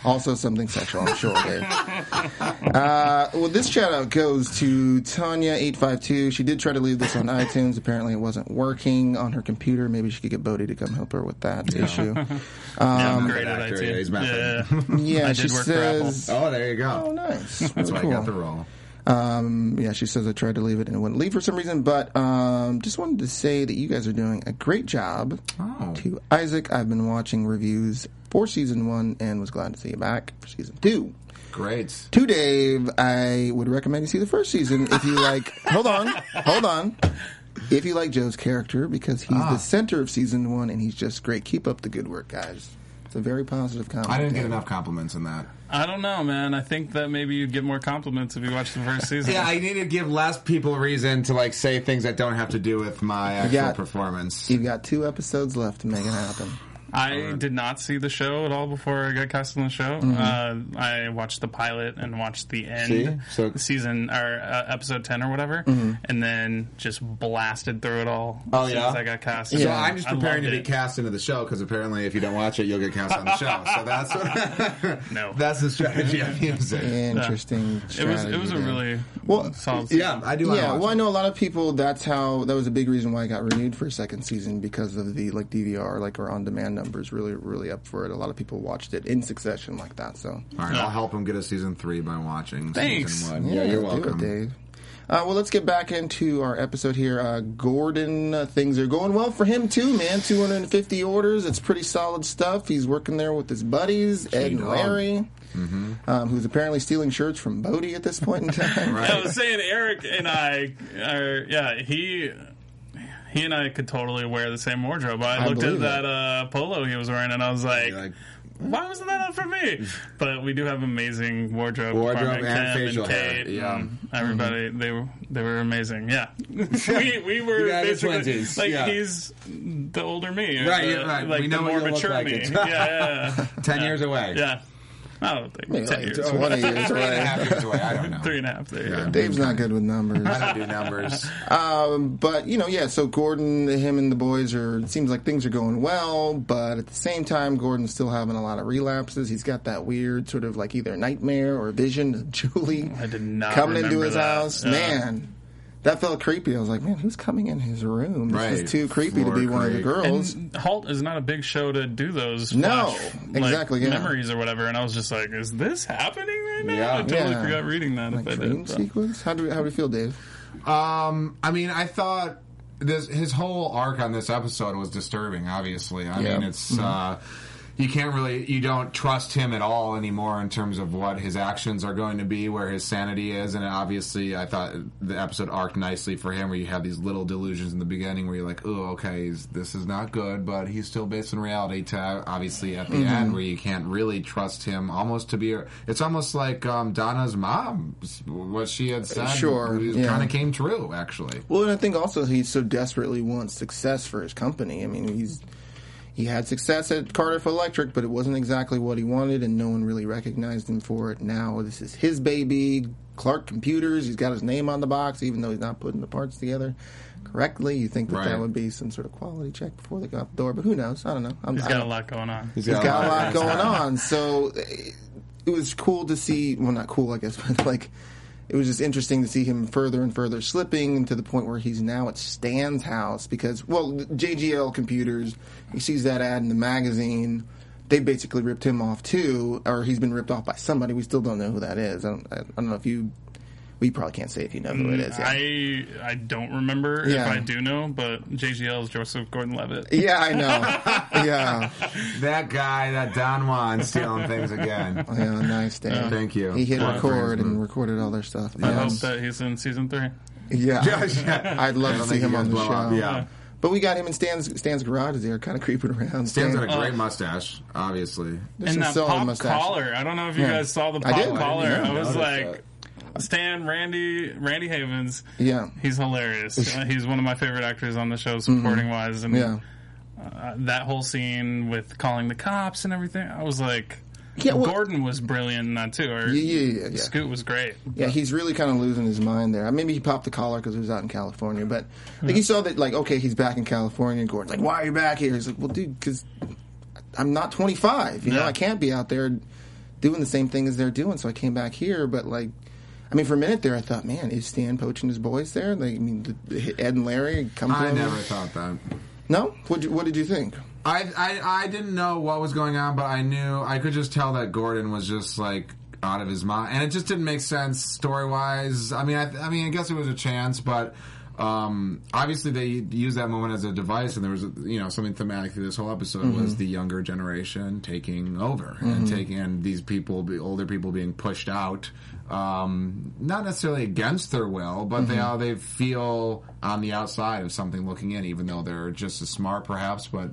Speaker 3: Also, something sexual, I'm sure, Dave. Uh, well, this shout out goes to Tanya852. She did try to leave this on iTunes. Apparently, it wasn't working on her computer. Maybe she could get Bodhi to come help her with that issue.
Speaker 4: Yeah, I'm
Speaker 2: Um,
Speaker 4: great at
Speaker 2: actor, yeah, he's
Speaker 4: IT.
Speaker 2: my
Speaker 4: Yeah.
Speaker 3: Yeah,
Speaker 4: I
Speaker 3: she
Speaker 4: did work for
Speaker 3: says.
Speaker 2: Oh, there you go.
Speaker 3: Oh, nice.
Speaker 2: That's why
Speaker 3: cool.
Speaker 2: I got the role.
Speaker 3: Um, yeah, she says I tried to leave it and it wouldn't leave for some reason, but um, just wanted to say that you guys are doing a great job.
Speaker 2: Oh.
Speaker 3: To Isaac, I've been watching reviews for season one and was glad to see you back for season two.
Speaker 2: Great.
Speaker 3: To Dave, I would recommend you see the first season if you like. hold on, hold on. If you like Joe's character, because he's
Speaker 4: Ah.
Speaker 3: the center of season one and he's just great. Keep up the good work, guys. It's a very positive comment.
Speaker 2: I didn't get
Speaker 3: Dave.
Speaker 2: enough compliments in that.
Speaker 4: I don't know, man. I think that maybe you'd get more compliments if you watched the first season.
Speaker 2: Yeah, I need to give less people reason to like say things that don't have to do with my actual
Speaker 3: Yeah.
Speaker 2: performance.
Speaker 3: You've got two episodes left to make it happen.
Speaker 4: I did not see the show at all before I got cast on the show. Uh, I watched the pilot and watched the end
Speaker 2: Mm-hmm. See? So- Mm-hmm.
Speaker 4: season or uh, episode ten or whatever, and then just blasted through it all.
Speaker 2: Oh,
Speaker 4: as soon
Speaker 2: yeah?
Speaker 4: as I got cast.
Speaker 2: So I'm just
Speaker 4: I loved
Speaker 2: preparing to be
Speaker 4: it.
Speaker 2: cast into the show because apparently, if you don't watch it, you'll get cast on the show. So that's what,
Speaker 4: No.
Speaker 2: that's the strategy I'm using.
Speaker 3: Interesting.
Speaker 4: It was it was
Speaker 3: strategy
Speaker 4: a
Speaker 3: there.
Speaker 4: really
Speaker 3: Well,
Speaker 4: solid.
Speaker 2: Yeah,
Speaker 4: season.
Speaker 2: I do. wanna
Speaker 3: Yeah,
Speaker 2: watch
Speaker 3: well, I
Speaker 2: it.
Speaker 3: know a lot of people. That's how that was a big reason why I got renewed for a second season because of the like DVR, like or on demand numbers, really, really up for it. A lot of people watched it in succession like that. So
Speaker 2: All right, I'll help him get a season three by watching.
Speaker 4: Thanks.
Speaker 2: Season one. Yeah, you're
Speaker 3: let's do
Speaker 2: welcome.
Speaker 3: it, Dave. Uh, well, let's get back into our episode here. Uh, Gordon, uh, things are going well for him too, man. 250 orders. It's pretty solid stuff. He's working there with his buddies, Ed and
Speaker 2: dog. Mm-hmm.
Speaker 3: Larry, um, who's apparently stealing shirts from Bodie at this point in time.
Speaker 2: Right.
Speaker 4: I was saying Eric and I are yeah he he and I could totally wear the same wardrobe. I,
Speaker 3: I
Speaker 4: looked
Speaker 3: believe
Speaker 4: at that uh, polo he was wearing and I was like,
Speaker 2: You're like,
Speaker 4: why wasn't that up for me? But we do have amazing wardrobe,
Speaker 2: Wardrobe
Speaker 4: department,
Speaker 2: and
Speaker 4: Kim
Speaker 2: facial
Speaker 4: and
Speaker 2: hair,
Speaker 4: Kate,
Speaker 2: yeah. Mm-hmm.
Speaker 4: and everybody they were they were amazing. Yeah, we we were
Speaker 2: You guys are
Speaker 4: basically
Speaker 2: twinsies,
Speaker 4: like
Speaker 2: yeah.
Speaker 4: he's the older me, or
Speaker 2: Right,
Speaker 4: the-
Speaker 2: yeah, right.
Speaker 4: Like
Speaker 2: We
Speaker 4: the
Speaker 2: know what
Speaker 4: more
Speaker 2: you look
Speaker 4: mature
Speaker 2: like.
Speaker 4: me.
Speaker 2: It's-
Speaker 4: yeah, yeah, yeah.
Speaker 2: Ten years away.
Speaker 4: yeah. I don't think
Speaker 3: Maybe
Speaker 4: ten
Speaker 3: like
Speaker 4: years,
Speaker 3: 20 years,
Speaker 2: Three and a
Speaker 3: right?
Speaker 2: half years away. I don't know.
Speaker 4: three and a half. There you
Speaker 2: Yeah.
Speaker 4: go.
Speaker 3: Dave's not good with numbers.
Speaker 2: I don't do numbers.
Speaker 3: Um, but you know, yeah. So Gordon, him, and the boys are. It seems like things are going well, but at the same time, Gordon's still having a lot of relapses. He's got that weird sort of like either nightmare or vision of Julie
Speaker 4: I did not
Speaker 3: coming into
Speaker 4: remember
Speaker 3: his
Speaker 4: that.
Speaker 3: house.
Speaker 4: Yeah.
Speaker 3: Man, that felt creepy. I was like, man, who's coming in his room? This
Speaker 2: Right.
Speaker 3: is too creepy to
Speaker 2: Floor
Speaker 3: be one of the
Speaker 2: creep.
Speaker 3: girls.
Speaker 4: And Halt is not a big show to do those.
Speaker 3: No,
Speaker 4: flash,
Speaker 3: exactly,
Speaker 4: Like,
Speaker 3: yeah.
Speaker 4: Memories or whatever, and I was just like, "Is this happening right now?"
Speaker 2: Yeah.
Speaker 4: I totally
Speaker 3: Yeah.
Speaker 4: forgot reading that.
Speaker 3: like
Speaker 4: if I
Speaker 3: dream
Speaker 4: did, but-
Speaker 3: sequence. How do we, how do we feel, Dave?
Speaker 2: Um, I mean, I thought this his whole arc on this episode was disturbing. Obviously, I
Speaker 3: Yeah.
Speaker 2: mean, it's uh, you can't really you don't trust him at all anymore in terms of what his actions are going to be, where his sanity is, and obviously, I thought the episode arced nicely for him, where you have these little delusions in the beginning, where you're like, oh, okay, he's, this is not good, but he's still based in reality. To obviously at the end, where you can't really trust him, almost to be, it's almost like um, Donna's mom, what she had said,
Speaker 3: Sure, yeah.
Speaker 2: kind of came true, actually.
Speaker 3: Well, and I think also he so desperately wants success for his company. I mean, he's he had success at Cardiff Electric, but it wasn't exactly what he wanted, and no one really recognized him for it. Now this is his baby, Clark Computers. He's got his name on the box, even though he's not putting the parts together correctly. You think that that
Speaker 2: Right.
Speaker 3: would be some sort of quality check before they go out the door, but who knows? I don't know. I'm,
Speaker 4: He's
Speaker 3: I
Speaker 4: got a
Speaker 3: don't-
Speaker 4: lot going on.
Speaker 3: he's got a lot going on. So eh, it was cool to see. Well, not cool, I guess, but like it was just interesting to see him further and further slipping to the point where he's now at Stan's house because, well, JGL computers. He sees that ad in the magazine. They basically ripped him off too, or he's been ripped off by somebody. We still don't know who that is. I don't, I don't know if you. We probably can't say if you know who it is. yeah.
Speaker 4: Mm, I I don't remember
Speaker 3: Yeah.
Speaker 4: if I do know, but JGL is Joseph Gordon-Levitt.
Speaker 3: yeah, I know. yeah.
Speaker 2: That guy, that Don Juan, stealing things again.
Speaker 3: Yeah, nice day.
Speaker 2: Thank you.
Speaker 3: He hit
Speaker 2: Yeah.
Speaker 3: record and recorded all their stuff.
Speaker 4: I hope
Speaker 3: Yes.
Speaker 4: that he's in season three.
Speaker 3: Yeah.
Speaker 2: yeah.
Speaker 3: I'd love to see him on the
Speaker 2: Blow up,
Speaker 3: show.
Speaker 2: yeah.
Speaker 3: But we got him in Stan's Stan's garage is there, kind of creeping around.
Speaker 2: Dan's got
Speaker 3: Stan-
Speaker 2: a great
Speaker 4: Uh,
Speaker 2: mustache, obviously.
Speaker 3: there's
Speaker 4: And
Speaker 3: some
Speaker 4: that
Speaker 3: solid
Speaker 4: pop
Speaker 3: mustache.
Speaker 4: collar. I don't know if you
Speaker 3: Yeah.
Speaker 4: guys saw the
Speaker 3: I
Speaker 4: pop
Speaker 3: did. I
Speaker 4: collar.
Speaker 2: didn't
Speaker 4: I,
Speaker 2: even
Speaker 4: was
Speaker 2: notice
Speaker 4: like, Stan, Randy, Randy Havens.
Speaker 3: Yeah.
Speaker 4: He's hilarious. Uh, he's one of my favorite actors on the show, supporting wise. And
Speaker 3: Mm-hmm. Yeah.
Speaker 4: uh, that whole scene with calling the cops and everything. I was like,
Speaker 3: Yeah, well-
Speaker 4: Gordon was brilliant in that too. Or
Speaker 3: Yeah, yeah, yeah, yeah.
Speaker 4: Scoot was great.
Speaker 3: Yeah, he's really kind of losing his mind there. Maybe he popped the collar because he was out in California, but like he saw that, like, okay, he's back in California. And Gordon's like, why are you back here? He's like, well, dude, because I'm not 25. You know,
Speaker 4: Yeah.
Speaker 3: I can't be out there doing the same thing as they're doing. So I came back here, but like, I mean, for a minute there, I thought, man, is Stan poaching his boys there? Like, I mean, the, Ed and Larry come.
Speaker 2: I
Speaker 3: over?
Speaker 2: never thought that.
Speaker 3: No, what what did you think?
Speaker 2: I, I I didn't know what was going on, but I knew I could just tell that Gordon was just like out of his mind, and it just didn't make sense story wise. I mean, I, I mean, I guess it was a chance, but um, obviously they used that moment as a device, and there was you know something thematic through this whole episode was the younger generation taking over and taking and these people, the older people, being pushed out. Um, not necessarily against their will, but they how they feel on the outside of something looking in, even though they're just as smart, perhaps, but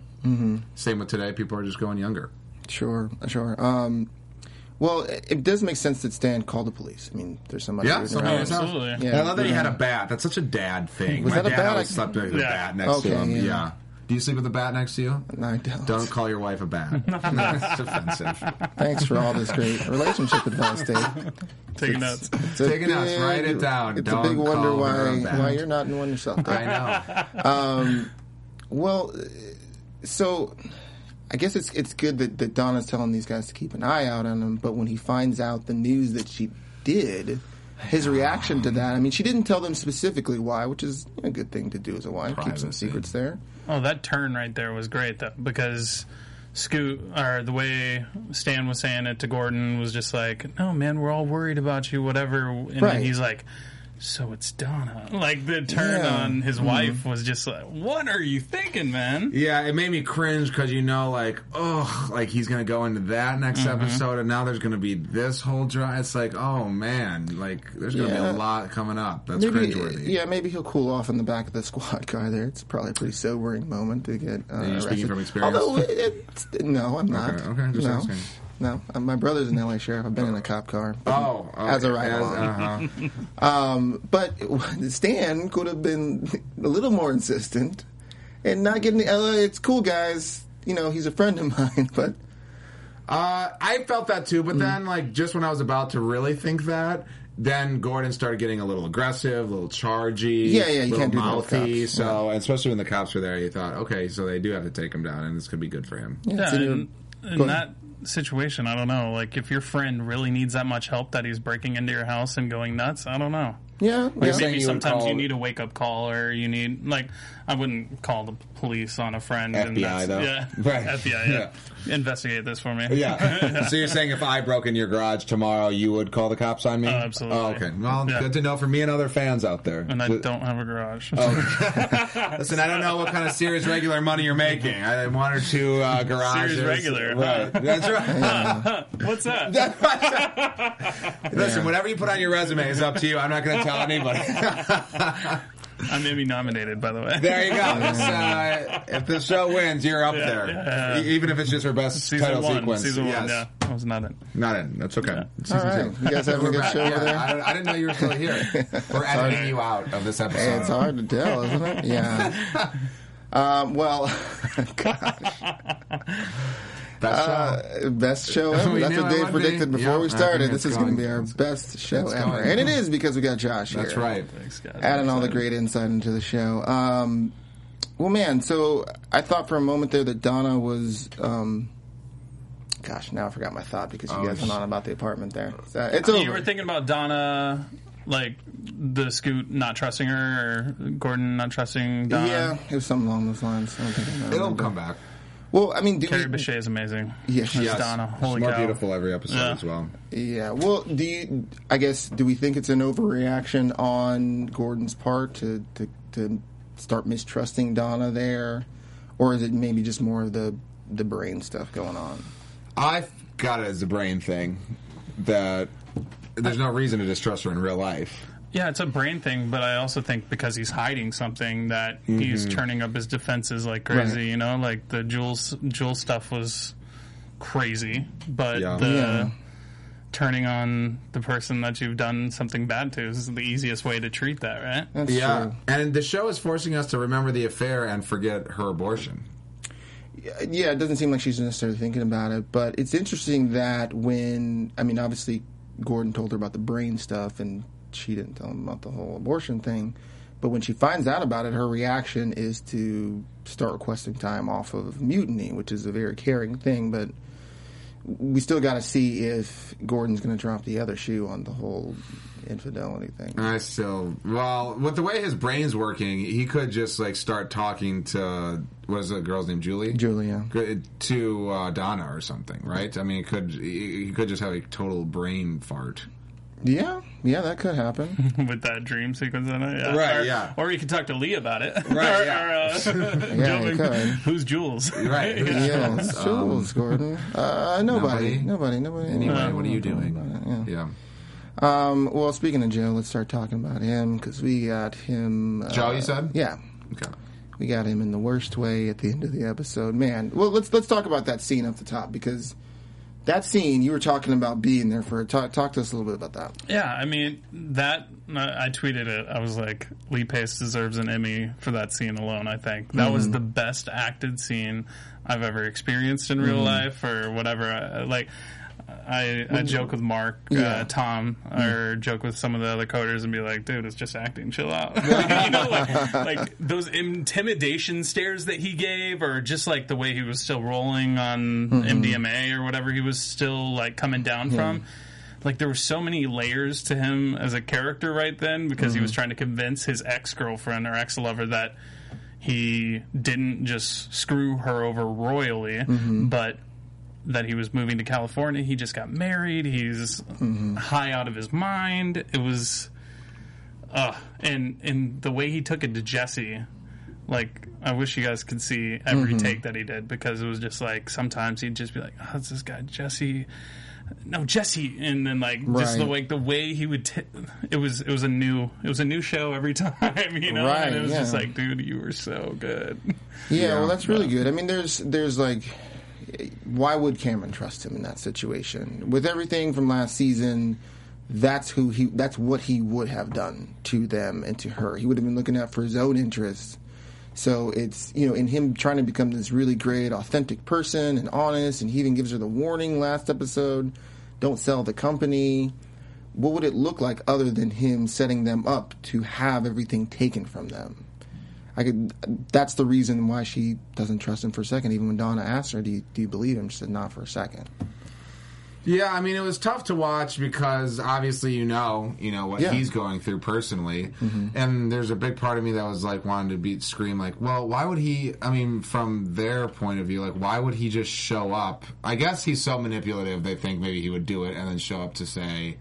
Speaker 2: same with today. People are just going younger.
Speaker 3: Sure, sure. Um, well, it, it does make sense that Stan called the police. I mean, there's somebody.
Speaker 2: Yeah,
Speaker 3: rooting
Speaker 2: something
Speaker 3: around.
Speaker 2: like that.
Speaker 4: absolutely.
Speaker 2: I love that he had a bat. That's such a dad thing.
Speaker 3: Was
Speaker 2: My
Speaker 3: that a
Speaker 2: dad
Speaker 3: bat?
Speaker 2: always slept with a
Speaker 4: Yeah.
Speaker 2: bat next
Speaker 3: Okay,
Speaker 2: to him.
Speaker 3: yeah.
Speaker 2: Yeah. Do you sleep with a bat next to you?
Speaker 3: No, I don't.
Speaker 2: Don't call your wife a bat. That's offensive.
Speaker 3: Thanks for all this great relationship advice, Dave.
Speaker 4: Taking notes.
Speaker 3: It's a
Speaker 2: Taking us, write it down.
Speaker 3: It's a
Speaker 2: Don't
Speaker 3: big wonder
Speaker 2: call her
Speaker 3: why
Speaker 2: a bat.
Speaker 3: why you're not in one yourself. Dave.
Speaker 2: I know.
Speaker 3: Well, uh, so I guess it's it's good that, that Donna's telling these guys to keep an eye out on him. But when he finds out the news that she did, his reaction to that. I mean, she didn't tell them specifically why, which is a good thing to do as a wife. Keep some
Speaker 2: Privacy.
Speaker 3: secrets there.
Speaker 4: Oh, that turn right there was great though, because Scoot or the way Stan was saying it to Gordon was just like, "No, man, we're all worried about you, whatever." And
Speaker 3: Right.
Speaker 4: then he's like, "So it's Donna." Like the turn
Speaker 3: Yeah. Mm-hmm.
Speaker 4: on his wife was just like, "What are you thinking, man?"
Speaker 2: Yeah, it made me cringe because you know, like, oh, like he's gonna go into that next
Speaker 3: Mm-hmm.
Speaker 2: episode, and now there's gonna be this whole drama. It's like, oh man, like there's gonna
Speaker 3: Yeah.
Speaker 2: be a lot coming up. That's
Speaker 3: Maybe,
Speaker 2: cringeworthy.
Speaker 3: yeah, maybe he'll cool off in the back of the squad car there. It's probably a pretty sobering moment to get uh,
Speaker 2: Are you
Speaker 3: arrested.
Speaker 2: speaking from experience?
Speaker 3: Although, it, it's, no, I'm not.
Speaker 2: Okay, okay, just
Speaker 3: no.
Speaker 2: asking.
Speaker 3: No, uh, my brother's an LA sheriff. I've been in a cop car.
Speaker 2: Oh, okay.
Speaker 3: As a ride-along.
Speaker 2: uh-huh.
Speaker 3: Um, but Stan could have been a little more insistent and not getting the LA. It's cool, guys. You know, he's a friend of mine, but
Speaker 2: Uh, I felt that too,
Speaker 3: Mm.
Speaker 2: but then like just when I was about to really think that, then Gordon started getting a little aggressive, a little chargy,
Speaker 3: Yeah, yeah, you
Speaker 2: little
Speaker 3: can't do that with
Speaker 2: mouthy.
Speaker 3: cops.
Speaker 2: So and especially when the cops were there, you thought, okay, so they do have to take him down, and this could be good for him.
Speaker 3: it's
Speaker 4: Yeah,
Speaker 3: in your-
Speaker 4: in,
Speaker 3: go
Speaker 4: in that
Speaker 3: ahead.
Speaker 4: situation, I don't know. Like, if your friend really needs that much help that he's breaking into your house and going nuts, I don't know.
Speaker 3: yeah, yeah.
Speaker 2: saying-
Speaker 4: Maybe
Speaker 2: you would
Speaker 4: sometimes
Speaker 2: call-
Speaker 4: you need a wake up call, or you need like I wouldn't call the police on a friend. and
Speaker 2: FBI
Speaker 4: that's,
Speaker 2: though.
Speaker 4: yeah,
Speaker 2: Right.
Speaker 4: FBI, yeah. investigate this for me.
Speaker 2: Yeah. so you're saying if I broke in your garage tomorrow, you would call the cops on me?
Speaker 4: absolutely.
Speaker 2: Oh, okay. Well,
Speaker 4: Yeah.
Speaker 2: good to know for me and other fans out there.
Speaker 4: and I don't have a garage. Oh,
Speaker 2: Listen, I don't know what kind of serious regular money you're making. I had one or two uh, garages.
Speaker 4: regular, huh?
Speaker 2: Right. That's right.
Speaker 4: What's that?
Speaker 2: Listen, whatever you put on your resume is up to you. I'm not going to tell anybody.
Speaker 4: I may be nominated, by the way.
Speaker 2: there you go. It's, uh, if the show wins, you're up there,
Speaker 4: yeah, yeah.
Speaker 2: E- even if it's just for best
Speaker 4: season
Speaker 2: title
Speaker 4: one,
Speaker 2: sequence.
Speaker 4: season
Speaker 2: yes.
Speaker 4: one. Yeah, I was not in.
Speaker 2: Not in. That's okay. Season
Speaker 3: All right.
Speaker 2: two.
Speaker 3: You guys having a
Speaker 2: We're
Speaker 3: good
Speaker 2: back.
Speaker 3: show over
Speaker 2: Yeah,
Speaker 3: there?
Speaker 2: I, don't- I didn't know you were still here. We're editing you out of this episode.
Speaker 3: It's hard to tell, isn't it? Yeah. Um, well,
Speaker 2: Best show.
Speaker 3: Uh, best show ever.
Speaker 2: We
Speaker 3: That's
Speaker 2: knew
Speaker 3: what
Speaker 2: it
Speaker 3: Dave
Speaker 2: would
Speaker 3: predicted
Speaker 2: be.
Speaker 3: before
Speaker 2: Yeah,
Speaker 3: we
Speaker 2: I think
Speaker 3: started.
Speaker 2: it's
Speaker 3: This is
Speaker 2: going.
Speaker 3: going to be our best show
Speaker 2: it's
Speaker 3: ever,
Speaker 2: going.
Speaker 3: and it is because we got Josh here.
Speaker 2: That's right.
Speaker 4: Thanks, guys.
Speaker 3: adding all the great insight into the show. Um, well, man, so I thought for a moment there that Donna was. Um, gosh, now I forgot my thought because
Speaker 2: Oh,
Speaker 3: you guys went on about the apartment there. So, it's over.
Speaker 4: You were thinking about Donna, like the Scoot not trusting her, or Gordon not trusting Donna.
Speaker 3: yeah, it was something along those lines. I don't think I remember.
Speaker 2: It'll come back.
Speaker 3: Well, I mean, do
Speaker 4: Carrie
Speaker 3: we,
Speaker 4: Bechet is amazing.
Speaker 3: Yeah, she is.
Speaker 4: That's Donna.
Speaker 2: It's
Speaker 4: Holy
Speaker 2: more
Speaker 4: cow.
Speaker 2: beautiful every episode
Speaker 4: Yeah.
Speaker 2: as well.
Speaker 3: yeah. Well, do you? I guess do we think it's an overreaction on Gordon's part to to, to start mistrusting Donna there, or is it maybe just more of the the brain stuff going on?
Speaker 2: I've got it as a brain thing that there's no reason to distrust her in real life.
Speaker 4: Yeah, it's a brain thing, but I also think because he's hiding something that he's
Speaker 2: Mm-hmm.
Speaker 4: turning up his defenses like crazy. You know, like the Jules Jules stuff was crazy, but
Speaker 2: Yeah.
Speaker 4: the
Speaker 3: Yeah.
Speaker 4: turning on the person that you've done something bad to is the easiest way to treat that, right?
Speaker 3: That's
Speaker 2: Yeah,
Speaker 3: true.
Speaker 2: and the show is forcing us to remember the affair and forget her abortion.
Speaker 3: yeah, it doesn't seem like she's necessarily thinking about it, but it's interesting that when I mean, obviously Gordon told her about the brain stuff, and she didn't tell him about the whole abortion thing. But when she finds out about it, her reaction is to start requesting time off of mutiny, which is a very caring thing. But we still got to see if Gordon's going to drop the other shoe on the whole infidelity thing.
Speaker 2: I still, well, with the way his brain's working, he could just like start talking to what is the girl's name, Julie?
Speaker 3: Julia.
Speaker 2: to uh, Donna or something, right? I mean, it could he he could just have a total brain fart.
Speaker 3: Yeah, yeah, that could happen.
Speaker 4: with that dream sequence in it. Yeah.
Speaker 2: Right,
Speaker 4: Or,
Speaker 2: yeah.
Speaker 4: Or you can talk to Lee about it.
Speaker 2: Right,
Speaker 4: or,
Speaker 2: yeah.
Speaker 4: or, uh,
Speaker 3: Yeah, you
Speaker 4: Joe,
Speaker 3: could.
Speaker 4: Who's Jules?
Speaker 2: Right.
Speaker 3: yeah, Jules Gordon. Uh, nobody,
Speaker 2: Um, nobody.
Speaker 3: nobody, nobody.
Speaker 2: Anyway,
Speaker 3: nobody.
Speaker 2: what are you doing? Yeah.
Speaker 3: Um, well, speaking of Joe, let's start talking about him because we got him. Uh,
Speaker 2: Joe, you said?
Speaker 3: Yeah,
Speaker 2: Okay.
Speaker 3: we got him in the worst way at the end of the episode. Man, well, let's let's talk about that scene up the top because that scene you were talking about being there for. Talk, talk to us a little bit about that.
Speaker 4: Yeah, I mean that. I I tweeted it. I was like, Lee Pace deserves an Emmy for that scene alone. I think that was the best acted scene I've ever experienced in real life, or whatever. I- Like, I, I joke with Mark,
Speaker 3: Yeah.
Speaker 4: uh, Tom, or joke with some of the other coders and be like, "Dude, it's just acting. Chill out." you know, like, like those intimidation stares that he gave, or just like the way he was still rolling on MDMA or whatever he was still like coming down from like there were so many layers to him as a character right then because he was trying to convince his ex-girlfriend or ex-lover that he didn't just screw her over royally but that he was moving to California he just got married he's high out of his mind it was uh and and the way he took it to Jesse like I wish you guys could see every take that he did because it was just like sometimes he'd just be like, "Oh, it's this guy Jesse." No, Jesse, and then like just the
Speaker 3: Right.
Speaker 4: like the way he would. T- it was it was a new it was a new show every time, you know.
Speaker 3: Right,
Speaker 4: and it was just
Speaker 3: yeah.
Speaker 4: like, dude, you were so good.
Speaker 3: Yeah, well, that's really good. I mean, there's there's like, why would Cameron trust him in that situation with everything from last season? That's who he. That's what he would have done to them and to her. He would have been looking out for his own interests. So it's you know, in him trying to become this really great, authentic person and honest, and he even gives her the warning last episode: don't sell the company. What would it look like other than him setting them up to have everything taken from them? I could. That's the reason why she doesn't trust him for a second. Even when Donna asked her, "Do you, do you believe him?" She said, "Not for a second.
Speaker 2: Yeah, I mean it was tough to watch because obviously you know, you know what
Speaker 3: Yeah. Mm-hmm.
Speaker 2: he's going through personally, and there's a big part of me that was like wanting to beat scream like, well, why would he? I mean, from their point of view, like why would he just show up? I guess he's so manipulative they think maybe he would do it and then show up to say.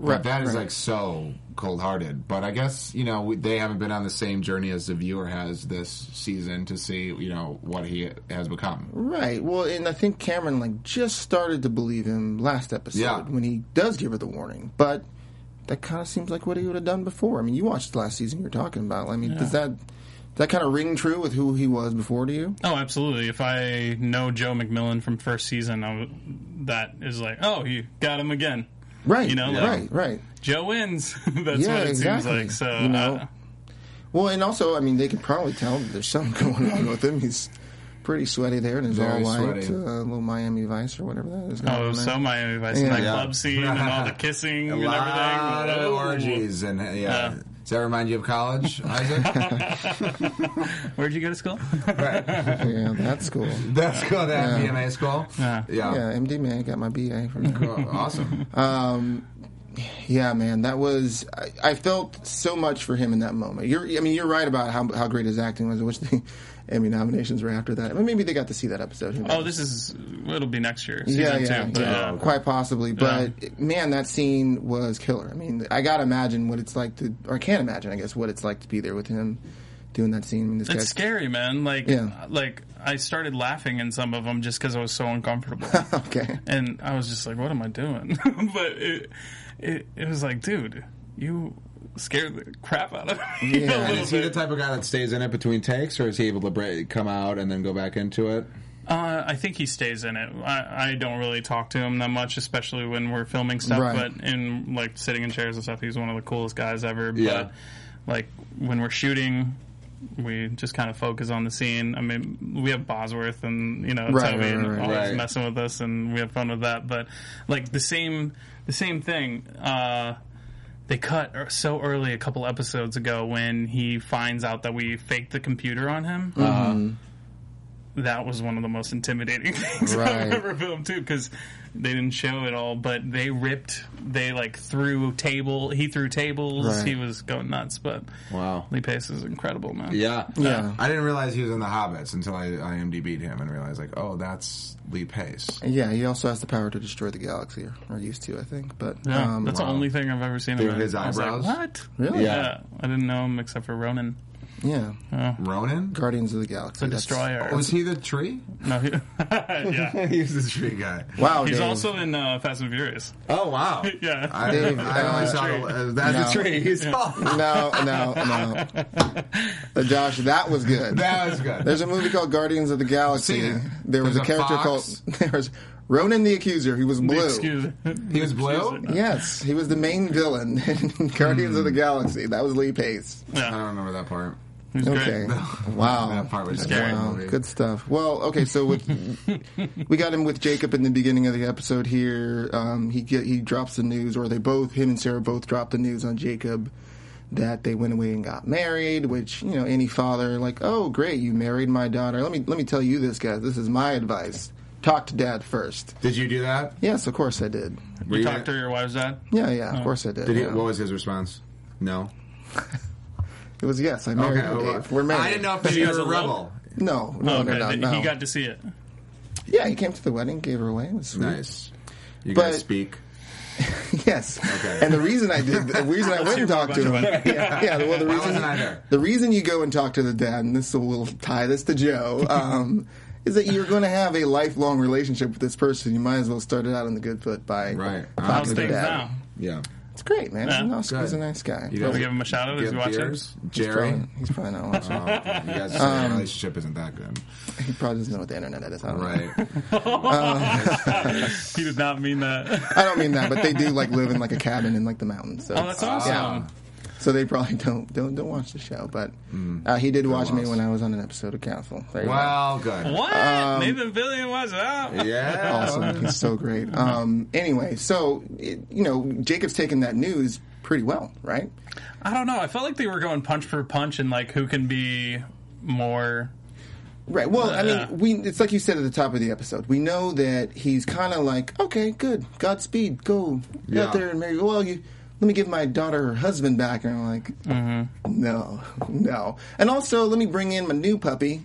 Speaker 2: But
Speaker 3: Right,
Speaker 2: that is
Speaker 3: right.
Speaker 2: like so cold hearted. But I guess you know we, they haven't been on the same journey as the viewer has this season to see you know what he has become.
Speaker 3: Right. Well, and I think Cameron like just started to believe him last episode
Speaker 2: Yeah.
Speaker 3: when he does give her the warning. But that kind of seems like what he would have done before. I mean, you watched last season. You're talking about. I mean, does that does that kind of ring true with who he was before to you?
Speaker 4: Oh, absolutely. If I know Joe McMillan from first season, I w- that is like, oh, you got him again.
Speaker 3: Right.
Speaker 4: You know, like-
Speaker 3: right. Right.
Speaker 4: Joe wins. That's
Speaker 3: Yeah,
Speaker 4: what it
Speaker 3: exactly.
Speaker 4: seems like. So
Speaker 3: You know,
Speaker 4: uh,
Speaker 3: Well, and also, I mean, they can probably tell that there's something going on with him. He's pretty sweaty there, and it's all
Speaker 2: Very
Speaker 3: white,
Speaker 2: sweaty.
Speaker 3: uh, little Miami Vice or whatever that is. going
Speaker 4: oh, it
Speaker 3: on
Speaker 4: was
Speaker 3: there.
Speaker 4: so Miami Vice
Speaker 3: Yeah.
Speaker 4: in that
Speaker 3: Yeah.
Speaker 4: club scene and all the kissing
Speaker 2: A
Speaker 4: and
Speaker 2: lot
Speaker 4: everything.
Speaker 2: of
Speaker 4: Ooh.
Speaker 2: orgies and uh, yeah. Does that remind you of college, Isaac?
Speaker 4: Where'd you go to school?
Speaker 3: yeah, that's cool.
Speaker 2: That's cool. That
Speaker 3: Yeah.
Speaker 2: BMA school.
Speaker 4: Yeah.
Speaker 3: Yeah, MD man, I got my BA from that.
Speaker 2: Cool. Awesome.
Speaker 3: Yeah, man, that was. I, I felt so much for him in that moment. You're, I mean, you're right about how how great his acting was. I wish the Emmy nominations were after that. I mean, maybe they got to see that episode. Who knows?
Speaker 4: Oh, this is it'll be next year. Season two. But, uh, yeah.
Speaker 3: quite possibly. But man, that scene was killer. I mean, I gotta imagine what it's like to, or I can't imagine, I guess, what it's like to be there with him doing that scene. I mean, this
Speaker 4: It's
Speaker 3: guy's-
Speaker 4: scary, man. Like,
Speaker 3: Yeah.
Speaker 4: like I started laughing in some of them just because I was so uncomfortable,
Speaker 3: Okay.
Speaker 4: and I was just like, "What am I doing?" but it, it, it was like, dude, you scared the crap out of
Speaker 3: Yeah.
Speaker 4: me. a
Speaker 3: And
Speaker 2: And
Speaker 4: little
Speaker 2: is he the
Speaker 4: bit.
Speaker 2: type of guy that stays in it between takes, or is he able to break, come out and then go back into it?
Speaker 4: Uh, I think he stays in it. I, I don't really talk to him that much, especially when we're filming stuff.
Speaker 3: Right.
Speaker 4: But in like sitting in chairs and stuff, he's one of the coolest guys ever.
Speaker 2: Yeah.
Speaker 4: But like when we're shooting, we just kind of focus on the scene. I mean, we have Bosworth and you know
Speaker 3: Right,
Speaker 4: Toby
Speaker 3: right,
Speaker 4: and
Speaker 3: right,
Speaker 4: always
Speaker 2: right.
Speaker 4: messing with us, and we have fun with that. But like the same the same thing. Uh, they cut er- so early a couple episodes ago when he finds out that we faked the computer on him. Uh, that was one of the most intimidating things
Speaker 3: Mm-hmm. Right.
Speaker 4: I've ever filmed too, because they didn't show it all, but they ripped. They like threw table. He threw tables.
Speaker 3: Right.
Speaker 4: He was going nuts, but
Speaker 2: Wow.
Speaker 4: Lee Pace is incredible, man.
Speaker 2: Yeah.
Speaker 3: Yeah.
Speaker 2: I didn't realize he was in The Hobbits until I IMDb'd him and realized, like, oh, that's Lee Pace.
Speaker 3: Yeah, he also has the power to destroy the galaxy, or, or used to, I think. But
Speaker 4: Yeah,
Speaker 3: um,
Speaker 4: that's the only thing I've ever seen
Speaker 2: Through
Speaker 4: of him.
Speaker 2: his
Speaker 4: I was
Speaker 2: eyebrows?
Speaker 4: Like, what?
Speaker 3: Really?
Speaker 4: Yeah.
Speaker 2: Yeah.
Speaker 4: I didn't know him except for Ronan,
Speaker 3: yeah,
Speaker 2: Ronan?
Speaker 3: Guardians of the Galaxy.
Speaker 4: the
Speaker 3: that's-
Speaker 4: Destroyer.
Speaker 2: Was he the tree?
Speaker 4: no, he, yeah.
Speaker 2: he was the tree guy.
Speaker 3: Wow,
Speaker 4: He's
Speaker 3: Dave.
Speaker 4: also in uh, Fast and Furious.
Speaker 2: Oh, wow.
Speaker 4: Yeah.
Speaker 2: I,
Speaker 3: Dave,
Speaker 2: I only
Speaker 3: uh,
Speaker 2: saw the, uh, that's
Speaker 3: No.
Speaker 2: a tree. He's all,
Speaker 3: No, no, no. Uh, Josh, that was good.
Speaker 2: that was good.
Speaker 3: There's a movie called Guardians of the
Speaker 2: Seen
Speaker 3: Galaxy.
Speaker 2: it.
Speaker 3: There was
Speaker 2: There's
Speaker 3: a
Speaker 2: a
Speaker 3: character
Speaker 2: fox.
Speaker 3: called there was Ronan the Accuser. He was blue.
Speaker 4: Excuse
Speaker 2: he was blue.
Speaker 4: Excuse me.
Speaker 3: Yes, he was the main villain in Guardians
Speaker 4: Hmm.
Speaker 3: of the Galaxy. That was Lee Pace.
Speaker 2: I don't
Speaker 4: Yeah,
Speaker 2: remember that part.
Speaker 4: he's
Speaker 3: Okay.
Speaker 4: great.
Speaker 3: Wow.
Speaker 2: That part was
Speaker 4: Scary.
Speaker 3: Wow,
Speaker 2: Wow.
Speaker 3: good stuff. Well, okay, so with, we got him with Jacob in the beginning of the episode here. Um, he get, he drops the news, or they both, him and Sarah both drop the news on Jacob that they went away and got married. Which you know, any father like, oh great, you married my daughter. Let me let me tell you this, guys. This is my advice. Talk to dad first.
Speaker 2: Did you do that?
Speaker 3: Yes, of course I did.
Speaker 2: Were
Speaker 4: You talked to your wife's dad?
Speaker 3: Yeah, yeah, of course I did.
Speaker 2: Did he,
Speaker 3: yeah.
Speaker 2: What was his response? No.
Speaker 3: it was yes, I married
Speaker 2: well,
Speaker 3: Dave. We're married.
Speaker 2: I didn't know if maybe
Speaker 4: you
Speaker 2: you
Speaker 4: guys
Speaker 2: was a
Speaker 4: are
Speaker 2: rebel.
Speaker 3: No, Oh, no,
Speaker 4: okay,
Speaker 3: no, no,
Speaker 4: th-
Speaker 3: no.
Speaker 4: he got to see it.
Speaker 3: yeah, he came to the wedding, gave her away. It was sweet.
Speaker 2: Nice. You
Speaker 3: But-
Speaker 2: guys speak.
Speaker 3: Yes. And the reason I did, the reason I went and talked to
Speaker 4: your
Speaker 3: him, yeah, yeah, well, the
Speaker 2: Why
Speaker 3: reason,
Speaker 2: wasn't I there?
Speaker 3: the reason you go and talk to the dad, and this will tie this to Joe, um, is that you're going to have a lifelong relationship with this person. You might as well start it out on the good foot by
Speaker 2: Right.
Speaker 3: talking
Speaker 4: How's
Speaker 3: to the
Speaker 4: things
Speaker 3: dad.
Speaker 4: now?
Speaker 2: Yeah.
Speaker 3: It's great, man.
Speaker 4: Yeah.
Speaker 3: No, he's
Speaker 2: Good.
Speaker 3: a nice guy.
Speaker 2: You
Speaker 4: we give him a shout out? Is
Speaker 2: get
Speaker 4: he watching?
Speaker 2: beers?
Speaker 3: He's
Speaker 2: Jerry.
Speaker 3: probably, he's probably not watching.
Speaker 2: Oh, you guys'
Speaker 3: Um,
Speaker 2: relationship isn't that good,
Speaker 3: He probably doesn't know what the internet is. I don't know.
Speaker 2: right?
Speaker 4: He did not mean that.
Speaker 3: I don't mean that, but they do like live in like a cabin in like the mountains. So
Speaker 4: Oh,
Speaker 3: it's-
Speaker 4: that's
Speaker 2: Ah.
Speaker 4: awesome.
Speaker 3: Yeah. Um, So they probably don't don't don't watch the show, but uh, he did watch me
Speaker 2: loss.
Speaker 3: when I was on an episode of Council. There you go.
Speaker 2: well, good.
Speaker 4: What? Nathan Fillion was out.
Speaker 2: Yeah.
Speaker 3: awesome. He's so great. Um, anyway, so it, you know, Jacob's taken that news pretty well, right?
Speaker 4: I don't know. I felt like they were going punch for punch and like who can be more.
Speaker 3: Right. Well, I
Speaker 4: Yeah.
Speaker 3: mean, we it's like you said at the top of the episode. We know that he's kind of like, okay, good, Godspeed, go Get
Speaker 2: Yeah.
Speaker 3: out there and marry. Well, you. Let me give my daughter her husband back, and I'm like,
Speaker 4: Mm-hmm.
Speaker 3: no, no. And also, let me bring in my new puppy,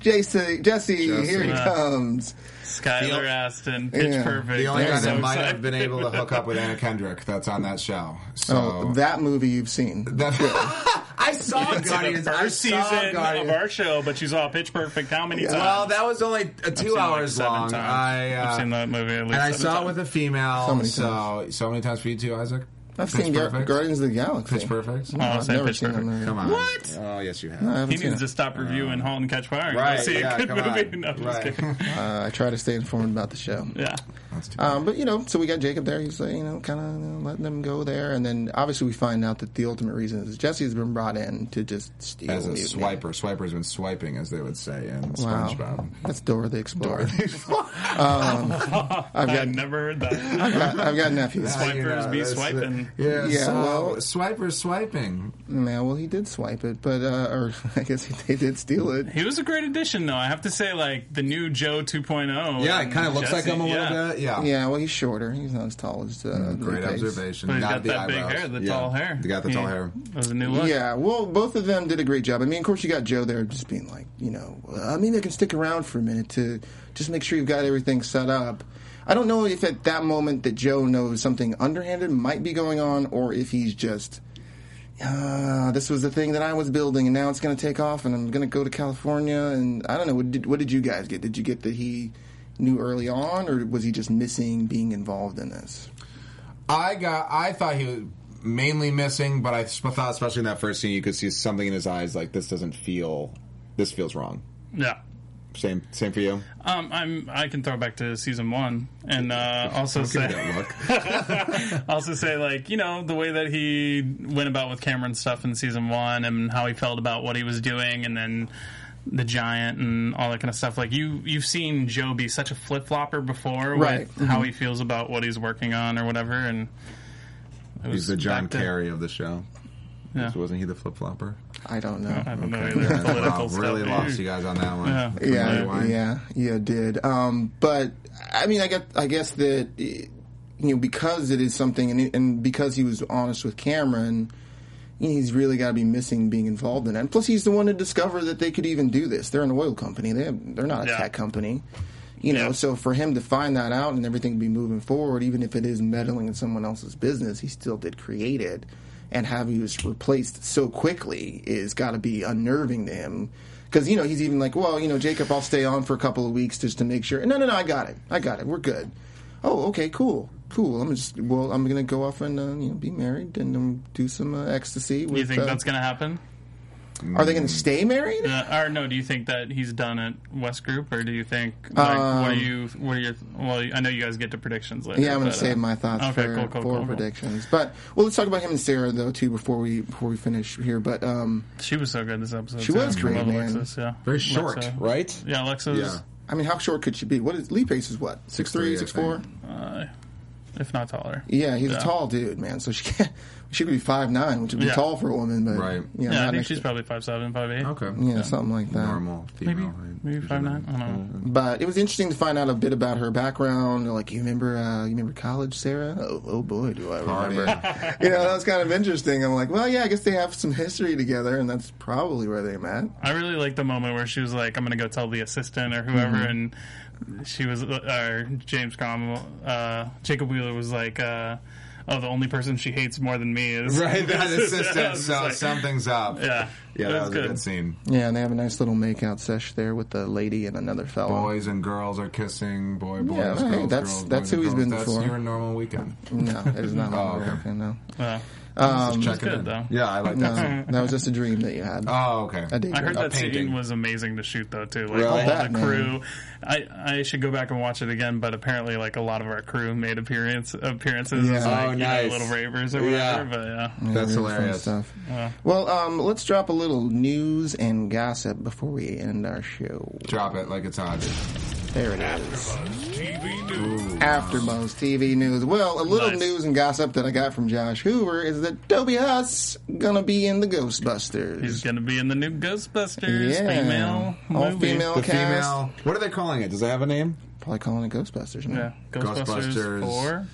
Speaker 3: Jesse. Jesse, here he
Speaker 2: Jesse.
Speaker 4: Uh.
Speaker 3: comes.
Speaker 4: Skylar Aston, Pitch
Speaker 3: Yeah.
Speaker 4: Perfect.
Speaker 2: The only
Speaker 4: I'm
Speaker 2: guy
Speaker 4: so
Speaker 2: that might
Speaker 4: excited.
Speaker 2: have been able to hook up with Anna Kendrick that's on that show. So
Speaker 3: Oh, that movie you've seen.
Speaker 2: that- I saw
Speaker 4: It's in
Speaker 2: Guardians.
Speaker 4: the
Speaker 2: I
Speaker 4: first
Speaker 2: saw
Speaker 4: season of
Speaker 2: Guardians.
Speaker 4: our show, but you saw Pitch Perfect how many times?
Speaker 2: Well, that was only uh,
Speaker 4: I've seen
Speaker 2: two
Speaker 4: it, like,
Speaker 2: hours
Speaker 4: seven
Speaker 2: long.
Speaker 4: times.
Speaker 2: I uh,
Speaker 4: I've seen that movie at least.
Speaker 2: and I
Speaker 4: seven
Speaker 2: saw it
Speaker 4: times.
Speaker 2: with a female.
Speaker 3: So
Speaker 2: So
Speaker 3: many
Speaker 2: so, many times for you too, Isaac.
Speaker 3: I've
Speaker 2: Pitch
Speaker 3: seen Gar-
Speaker 2: Perfect?
Speaker 3: Guardians of the Galaxy.
Speaker 2: Pitch Perfect.
Speaker 4: Oh,
Speaker 3: I've
Speaker 4: say
Speaker 3: never
Speaker 4: Pitch
Speaker 3: seen that
Speaker 4: Perfect.
Speaker 3: movie.
Speaker 2: Come on.
Speaker 4: What?
Speaker 2: Oh yes, you have.
Speaker 3: I haven't
Speaker 4: He
Speaker 3: seen
Speaker 4: needs
Speaker 3: it.
Speaker 4: to stop reviewing *Halt and Catch Fire*. and go
Speaker 2: Uh, Right,
Speaker 4: see
Speaker 2: yeah,
Speaker 4: a good
Speaker 2: come
Speaker 4: movie.
Speaker 2: on.
Speaker 4: No, I'm just
Speaker 2: Right.
Speaker 4: kidding.
Speaker 3: Uh, I try to stay informed about the show.
Speaker 4: Yeah,
Speaker 2: That's too bad.
Speaker 3: Um, but you know, so we got Jacob there. He's like, you know, kind of you know, letting them go there, and then obviously we find out that the ultimate reason is Jesse's been brought in to just steal
Speaker 2: as a
Speaker 3: mutiny.
Speaker 2: swiper, swiper's been swiping, as they would say in
Speaker 3: Wow,
Speaker 2: SpongeBob.
Speaker 3: that's Dora the Explorer. Um,
Speaker 4: I've,
Speaker 3: got-
Speaker 4: never heard that.
Speaker 3: I've, got, I've got nephews.
Speaker 4: Swipers be
Speaker 2: that's the-
Speaker 4: swiping.
Speaker 2: yeah,
Speaker 3: Yeah,
Speaker 2: so,
Speaker 3: well-
Speaker 2: swipers swiping.
Speaker 3: Man, well, he did swipe it, but uh, or I guess he, they did steal it.
Speaker 4: He was a great addition, though. I have to say, like the new Joe 2.0.
Speaker 2: Yeah, it
Speaker 4: and
Speaker 2: kind of looks
Speaker 4: Jesse,
Speaker 2: like him a little
Speaker 4: yeah.
Speaker 2: bit. Yeah.
Speaker 3: Yeah, well, he's shorter. He's not as tall as uh,
Speaker 2: Mm, Great
Speaker 3: Lupe's.
Speaker 2: observation.
Speaker 4: But he's
Speaker 2: Not
Speaker 4: got
Speaker 2: the
Speaker 4: that big
Speaker 2: eyebrows.
Speaker 4: hair, the
Speaker 2: Yeah.
Speaker 4: tall hair.
Speaker 2: He got the tall
Speaker 4: He-
Speaker 2: hair.
Speaker 4: That was a new look.
Speaker 3: Yeah, well, both of them did a great job. I mean, of course, you got Joe there just being like, you know, uh, I mean, they can stick around for a minute to just make sure you've got everything set up. I don't know if at that moment that Joe knows something underhanded might be going on, or if he's just, uh, this was the thing that I was building, and now it's going to take off, and I'm going to go to California, and I don't know. What did, what did you guys get? Did you get that he knew early on, or was he just missing being involved in this?
Speaker 2: I got. I thought he was mainly missing, but I sp- thought especially in that first scene, you could see something in his eyes like this doesn't feel. This feels wrong.
Speaker 4: yeah.
Speaker 2: Same, same for you.
Speaker 4: Um, I'm I can throw back to season one and uh, also
Speaker 2: Give me that
Speaker 4: say
Speaker 2: look.
Speaker 4: also say like you know the way that he went about with Cameron stuff in season one and how he felt about what he was doing and then the giant and all that kind of stuff. Like you you've seen Joe be such a flip flopper before
Speaker 3: Right. Mm-hmm.
Speaker 4: with how he feels about what he's working on or whatever and. it was
Speaker 2: He's the John
Speaker 4: back to-
Speaker 2: Kerry of the show.
Speaker 4: Yeah.
Speaker 2: Wasn't he the flip flopper?
Speaker 3: I don't know.
Speaker 4: I don't know
Speaker 2: Okay.
Speaker 4: either.
Speaker 2: Yeah,
Speaker 4: Political
Speaker 2: wow,
Speaker 4: stuff.
Speaker 2: really lost you guys on that one.
Speaker 4: Yeah.
Speaker 3: Yeah,
Speaker 2: Rewind.
Speaker 3: yeah, yeah, did. Um, but I mean, I get, I guess that eh, you know because it is something, and, and because he was honest with Cameron, he's really got to be missing being involved in it. And plus, he's the one to discover that they could even do this. They're an oil company. They have, they're not a
Speaker 4: Yeah.
Speaker 3: tech company. You know,
Speaker 4: Yeah.
Speaker 3: so for him to find that out and everything be moving forward, even if it is meddling in someone else's business, he still did create it. And having he was replaced so quickly is got to be unnerving to him. Because, you know, he's even like, well, you know, Jacob, I'll stay on for a couple of weeks just to make sure. No, no, no, I got it. I got it. We're good. Oh, okay, cool. Cool. I'm just, well, I'm going to go off and, uh, you know, be married and um, do some uh, ecstasy. With,
Speaker 4: You think
Speaker 3: uh,
Speaker 4: that's going to happen?
Speaker 3: are they going to stay married?
Speaker 4: Uh, or no? Do you think that he's done at West Group, or do you think? Like, what are you? What are your? Well, I know you guys get to predictions later.
Speaker 3: Um, Yeah, I'm going
Speaker 4: but,
Speaker 3: to
Speaker 4: uh,
Speaker 3: save my thoughts
Speaker 4: okay,
Speaker 3: for,
Speaker 4: cool,
Speaker 3: for
Speaker 4: cool, cool, cool.
Speaker 3: predictions. But well, let's talk about him and Sarah though too before we before we finish here. But um,
Speaker 4: She was so good this episode.
Speaker 3: She
Speaker 4: too.
Speaker 3: was great,
Speaker 4: Love
Speaker 3: man.
Speaker 4: Alexis, yeah.
Speaker 2: Very short,
Speaker 4: Alexa.
Speaker 2: right?
Speaker 4: Yeah, Alexis.
Speaker 3: I mean, how short could she be? What is Lee Pace is what six three,
Speaker 2: 6'3",,
Speaker 3: six
Speaker 2: I
Speaker 3: four?
Speaker 2: think.
Speaker 4: Uh, if not taller.
Speaker 3: Yeah, he's
Speaker 4: Yeah.
Speaker 3: a tall dude, man. So she can't. She could be five nine, which would be
Speaker 4: Yeah.
Speaker 3: tall for a woman, but
Speaker 2: Right.
Speaker 3: You know,
Speaker 4: Yeah,
Speaker 3: not
Speaker 4: I think
Speaker 3: next
Speaker 4: she's
Speaker 3: to-
Speaker 4: probably five seven, five eight.
Speaker 2: Okay.
Speaker 3: yeah, something like that.
Speaker 2: Normal female.
Speaker 4: Maybe,
Speaker 2: right?
Speaker 4: maybe five nine. I don't know.
Speaker 3: But it was interesting to find out a bit about her background. Like, you remember, uh, you remember college, Sarah? Oh, oh boy, do I
Speaker 2: Party.
Speaker 3: remember! you know, that was kind of interesting. I'm like, well, yeah, I guess they have some history together, and that's probably where they met.
Speaker 4: I really like the moment where she was like, "I'm gonna go tell the assistant or whoever,"
Speaker 2: Mm-hmm.
Speaker 4: and she was, uh, or James Cromwell, uh, Jacob Wheeler was like, uh, "Oh, the only person she hates more than me is
Speaker 2: Right, that
Speaker 4: I
Speaker 2: assistant.
Speaker 4: was
Speaker 2: So
Speaker 4: like-
Speaker 2: something's up.
Speaker 4: Yeah,
Speaker 2: Yeah,
Speaker 4: It
Speaker 2: that was a good scene.
Speaker 3: Yeah, and they have a nice little makeout sesh there with the lady and another fellow.
Speaker 2: Boys and girls are kissing. Boy, boys,
Speaker 3: Yeah,
Speaker 2: girls,
Speaker 3: hey,
Speaker 2: girls,
Speaker 3: that's-
Speaker 2: boys
Speaker 3: that's
Speaker 2: and
Speaker 3: who he's
Speaker 2: girls.
Speaker 3: been
Speaker 2: that's
Speaker 3: before.
Speaker 2: Your normal weekend.
Speaker 3: No, it is not.
Speaker 2: Oh,
Speaker 3: oh,
Speaker 2: okay.
Speaker 3: okay. No, Um,
Speaker 4: Yeah.
Speaker 2: Just checking
Speaker 4: good,
Speaker 2: in.
Speaker 4: though.
Speaker 2: Yeah, I like that. scene.
Speaker 3: no, that was just a dream that you had.
Speaker 2: Oh, okay.
Speaker 3: a daydream.
Speaker 4: I heard
Speaker 2: A
Speaker 4: that
Speaker 2: painting.
Speaker 4: scene was amazing to shoot though too. Like
Speaker 2: Really?
Speaker 4: all
Speaker 3: That,
Speaker 4: the
Speaker 3: man.
Speaker 4: crew. I, I should go back and watch it again, but apparently like a lot of our crew made appearance appearances
Speaker 3: Yeah.
Speaker 4: as like
Speaker 2: Oh,
Speaker 4: you
Speaker 2: nice.
Speaker 4: know, little ravers or
Speaker 2: Yeah.
Speaker 4: whatever. But yeah.
Speaker 2: That's
Speaker 3: Really fun
Speaker 2: hilarious.
Speaker 3: stuff. well, um, let's drop a little news and gossip before we end our show.
Speaker 2: Drop it like it's hot.
Speaker 3: There it is.
Speaker 1: TV News.
Speaker 3: AfterBuzz TV news. Well, a little
Speaker 4: Nice.
Speaker 3: news and gossip that I got from Josh Hoover is that Toby Huss gonna be in the Ghostbusters.
Speaker 4: He's gonna be in the new Ghostbusters
Speaker 3: yeah,
Speaker 4: female
Speaker 3: all
Speaker 4: movie.
Speaker 3: female
Speaker 2: The
Speaker 3: cast.
Speaker 2: female. What are they calling it? Does it have a name?
Speaker 3: Probably calling it Ghostbusters. Man.
Speaker 4: Yeah. Ghostbusters,
Speaker 2: Ghostbusters.
Speaker 4: four.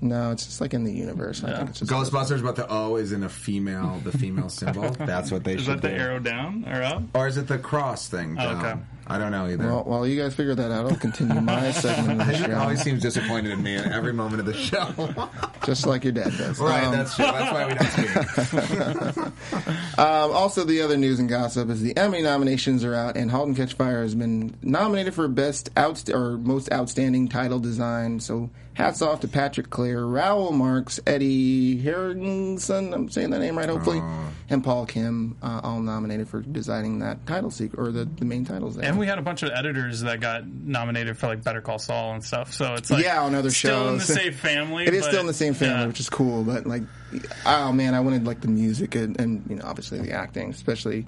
Speaker 3: No, it's just like in the universe. I think it's just
Speaker 2: Ghostbusters, but the O is in a female, the female symbol. That's what they
Speaker 4: Is
Speaker 2: should
Speaker 4: that the
Speaker 2: do.
Speaker 4: arrow down or up?
Speaker 2: Or is it the cross thing?
Speaker 4: Oh,
Speaker 2: John?
Speaker 4: okay.
Speaker 2: I don't know either.
Speaker 3: Well, while you guys figure that out, I'll continue my segment of the
Speaker 2: Patrick always
Speaker 3: show,
Speaker 2: seems disappointed in me at every moment of the show. right,
Speaker 3: just like your dad does. Um,
Speaker 2: that's true. That's why we don't speak.
Speaker 3: um, also, the other news and gossip is the Emmy nominations are out, and *Halt and Catch Fire* has been nominated for best out or most outstanding title design. So, hats off to Patrick Clare, Raoul Marks, Eddie Harrington. I'm saying that name right, hopefully, and Paul Kim, uh, all nominated for designing that title sequ- or the, the main titles. There.
Speaker 4: And we had a bunch of editors that got nominated for like Better Call Saul and stuff. So it's like
Speaker 3: Yeah, on other
Speaker 4: still
Speaker 3: shows.
Speaker 4: in the same family.
Speaker 3: It is
Speaker 4: but-
Speaker 3: still in the same family,
Speaker 4: yeah.
Speaker 3: which is cool. But like, oh man, I wanted like the music and, and you know obviously the acting, especially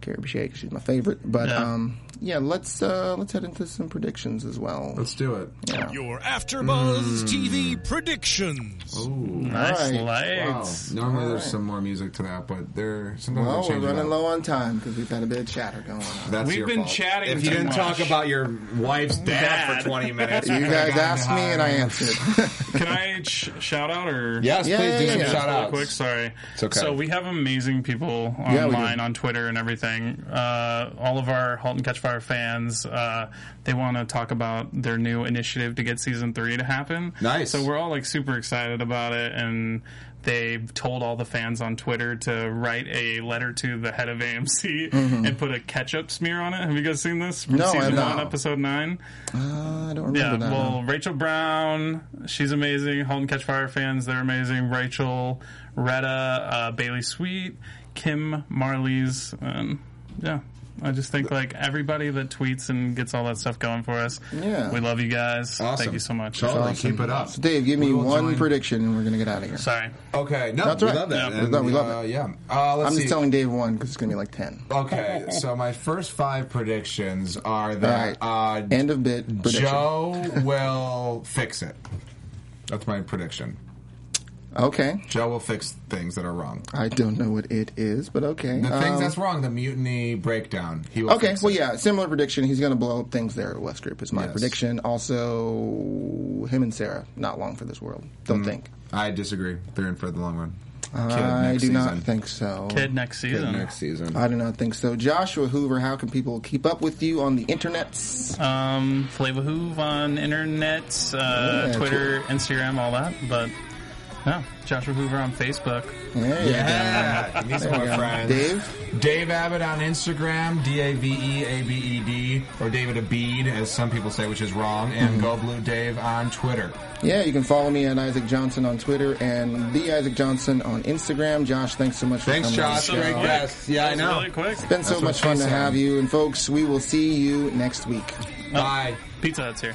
Speaker 3: Carrie Biché because she's my favorite. But
Speaker 4: Yeah.
Speaker 3: yeah. um, yeah, let's uh, let's head into some predictions as well.
Speaker 2: Let's do it.
Speaker 3: Yeah.
Speaker 1: Your AfterBuzz TV predictions.
Speaker 4: nice
Speaker 3: Alright.
Speaker 2: Wow.
Speaker 4: lights.
Speaker 2: Oh, Normally there's
Speaker 3: right.
Speaker 2: some more music to that, but there sometimes they
Speaker 3: Well, Oh, we're
Speaker 2: change it
Speaker 3: running
Speaker 2: up.
Speaker 3: low on time because we've had a bit of chatter going on.
Speaker 2: That's
Speaker 4: We've
Speaker 2: your
Speaker 4: been
Speaker 2: fault.
Speaker 4: chatting
Speaker 2: If you
Speaker 4: too
Speaker 2: didn't
Speaker 4: much.
Speaker 2: talk about your wife's dad,
Speaker 4: Dad.
Speaker 2: for 20 minutes,
Speaker 3: You guys asked me and I answered.
Speaker 4: Can I sh- shout out or
Speaker 2: uh, Yes,
Speaker 3: Yeah,
Speaker 2: please do
Speaker 3: yeah,
Speaker 2: some
Speaker 3: yeah.
Speaker 2: shout
Speaker 4: really
Speaker 2: outs.
Speaker 4: quick. Sorry. It's
Speaker 2: okay.
Speaker 4: So we have amazing people
Speaker 3: Yeah, we do.
Speaker 4: online on Twitter and everything. Uh, all of our Halt and Catch Fire fans, uh, they want to talk about their new initiative to get season three to happen.
Speaker 2: Nice.
Speaker 4: So we're all like super excited about it, and they've told all the fans on Twitter to write a letter to the head of AMC and put a ketchup smear on it. Have you guys seen this? From
Speaker 3: Mm-hmm. No, I
Speaker 4: season
Speaker 3: have
Speaker 4: one,
Speaker 3: not.
Speaker 4: episode nine.
Speaker 3: Uh, I don't remember
Speaker 4: Yeah,
Speaker 3: that.
Speaker 4: well, Rachel Brown, she's amazing. Home Catch Fire fans, they're amazing. Rachel, Retta, uh, Bailey Sweet, Kim Marley's, um, yeah. I just think like everybody that tweets and gets all that stuff going for us.
Speaker 3: Yeah.
Speaker 4: we love you guys.
Speaker 2: Awesome.
Speaker 4: Thank you so much.
Speaker 2: Totally.
Speaker 3: Awesome.
Speaker 2: Keep it up.
Speaker 3: So Dave, give me
Speaker 2: We will
Speaker 3: one
Speaker 2: join-
Speaker 3: prediction, and we're gonna get out of here.
Speaker 4: Sorry.
Speaker 2: Okay, no,
Speaker 3: That's
Speaker 2: we
Speaker 3: right.
Speaker 2: love that.
Speaker 4: Yeah.
Speaker 2: And,
Speaker 3: No, we love
Speaker 2: uh,
Speaker 3: it.
Speaker 2: Yeah. Uh, let's
Speaker 3: I'm
Speaker 2: see.
Speaker 3: just telling Dave one because it's gonna be like ten.
Speaker 2: Okay, so my first five predictions are
Speaker 3: All
Speaker 2: that
Speaker 3: right.
Speaker 2: uh,
Speaker 3: End of bit. Prediction.
Speaker 2: Joe will fix it. That's my prediction.
Speaker 3: Okay.
Speaker 2: Joe will fix things that are wrong.
Speaker 3: I don't know what it is, but okay.
Speaker 2: The
Speaker 3: Um,
Speaker 2: things that's wrong, the mutiny breakdown. He will
Speaker 3: Okay,
Speaker 2: fix
Speaker 3: well,
Speaker 2: it.
Speaker 3: yeah, similar prediction. He's going to blow up things there at West Group, is my
Speaker 2: Yes.
Speaker 3: prediction. Also, him and Sarah, not long for this world. Don't think.
Speaker 2: I disagree. They're in for the long run. Mm-hmm. Kid
Speaker 3: I
Speaker 2: next
Speaker 3: do not
Speaker 2: season.
Speaker 3: think so.
Speaker 4: Kid next
Speaker 2: Kid
Speaker 4: season.
Speaker 2: next season.
Speaker 3: I do not think so. Joshua Hoover, how can people keep up with you on the internets?
Speaker 4: Um, Flavor Hoove on internet, uh,
Speaker 3: Yeah,
Speaker 4: Twitter, Instagram, all that. But yeah, Joshua Hoover on Facebook.
Speaker 3: There you
Speaker 2: yeah, these
Speaker 3: go. There
Speaker 2: more
Speaker 3: you go.
Speaker 2: friends.
Speaker 3: Dave?
Speaker 2: Dave Abbott on Instagram, D A V E A B E D, or David Abede, as some people say, which is wrong.
Speaker 3: Mm-hmm.
Speaker 2: And Go Blue Dave on Twitter.
Speaker 3: Yeah, you can follow me at Isaac Johnson on Twitter and the Isaac Johnson on Instagram. Josh, thanks so much for
Speaker 2: Thanks,
Speaker 3: coming. on the
Speaker 2: Josh.
Speaker 3: show.
Speaker 2: Great
Speaker 4: quick.
Speaker 2: guest. Yeah,
Speaker 4: That
Speaker 2: I
Speaker 4: was
Speaker 2: know.
Speaker 4: Really quick.
Speaker 3: It's been so
Speaker 2: That's
Speaker 3: much
Speaker 2: what
Speaker 3: fun
Speaker 2: she
Speaker 3: to
Speaker 2: said.
Speaker 3: have you. And folks, we will see you next week.
Speaker 2: Bye.
Speaker 4: Pizza Hut's here.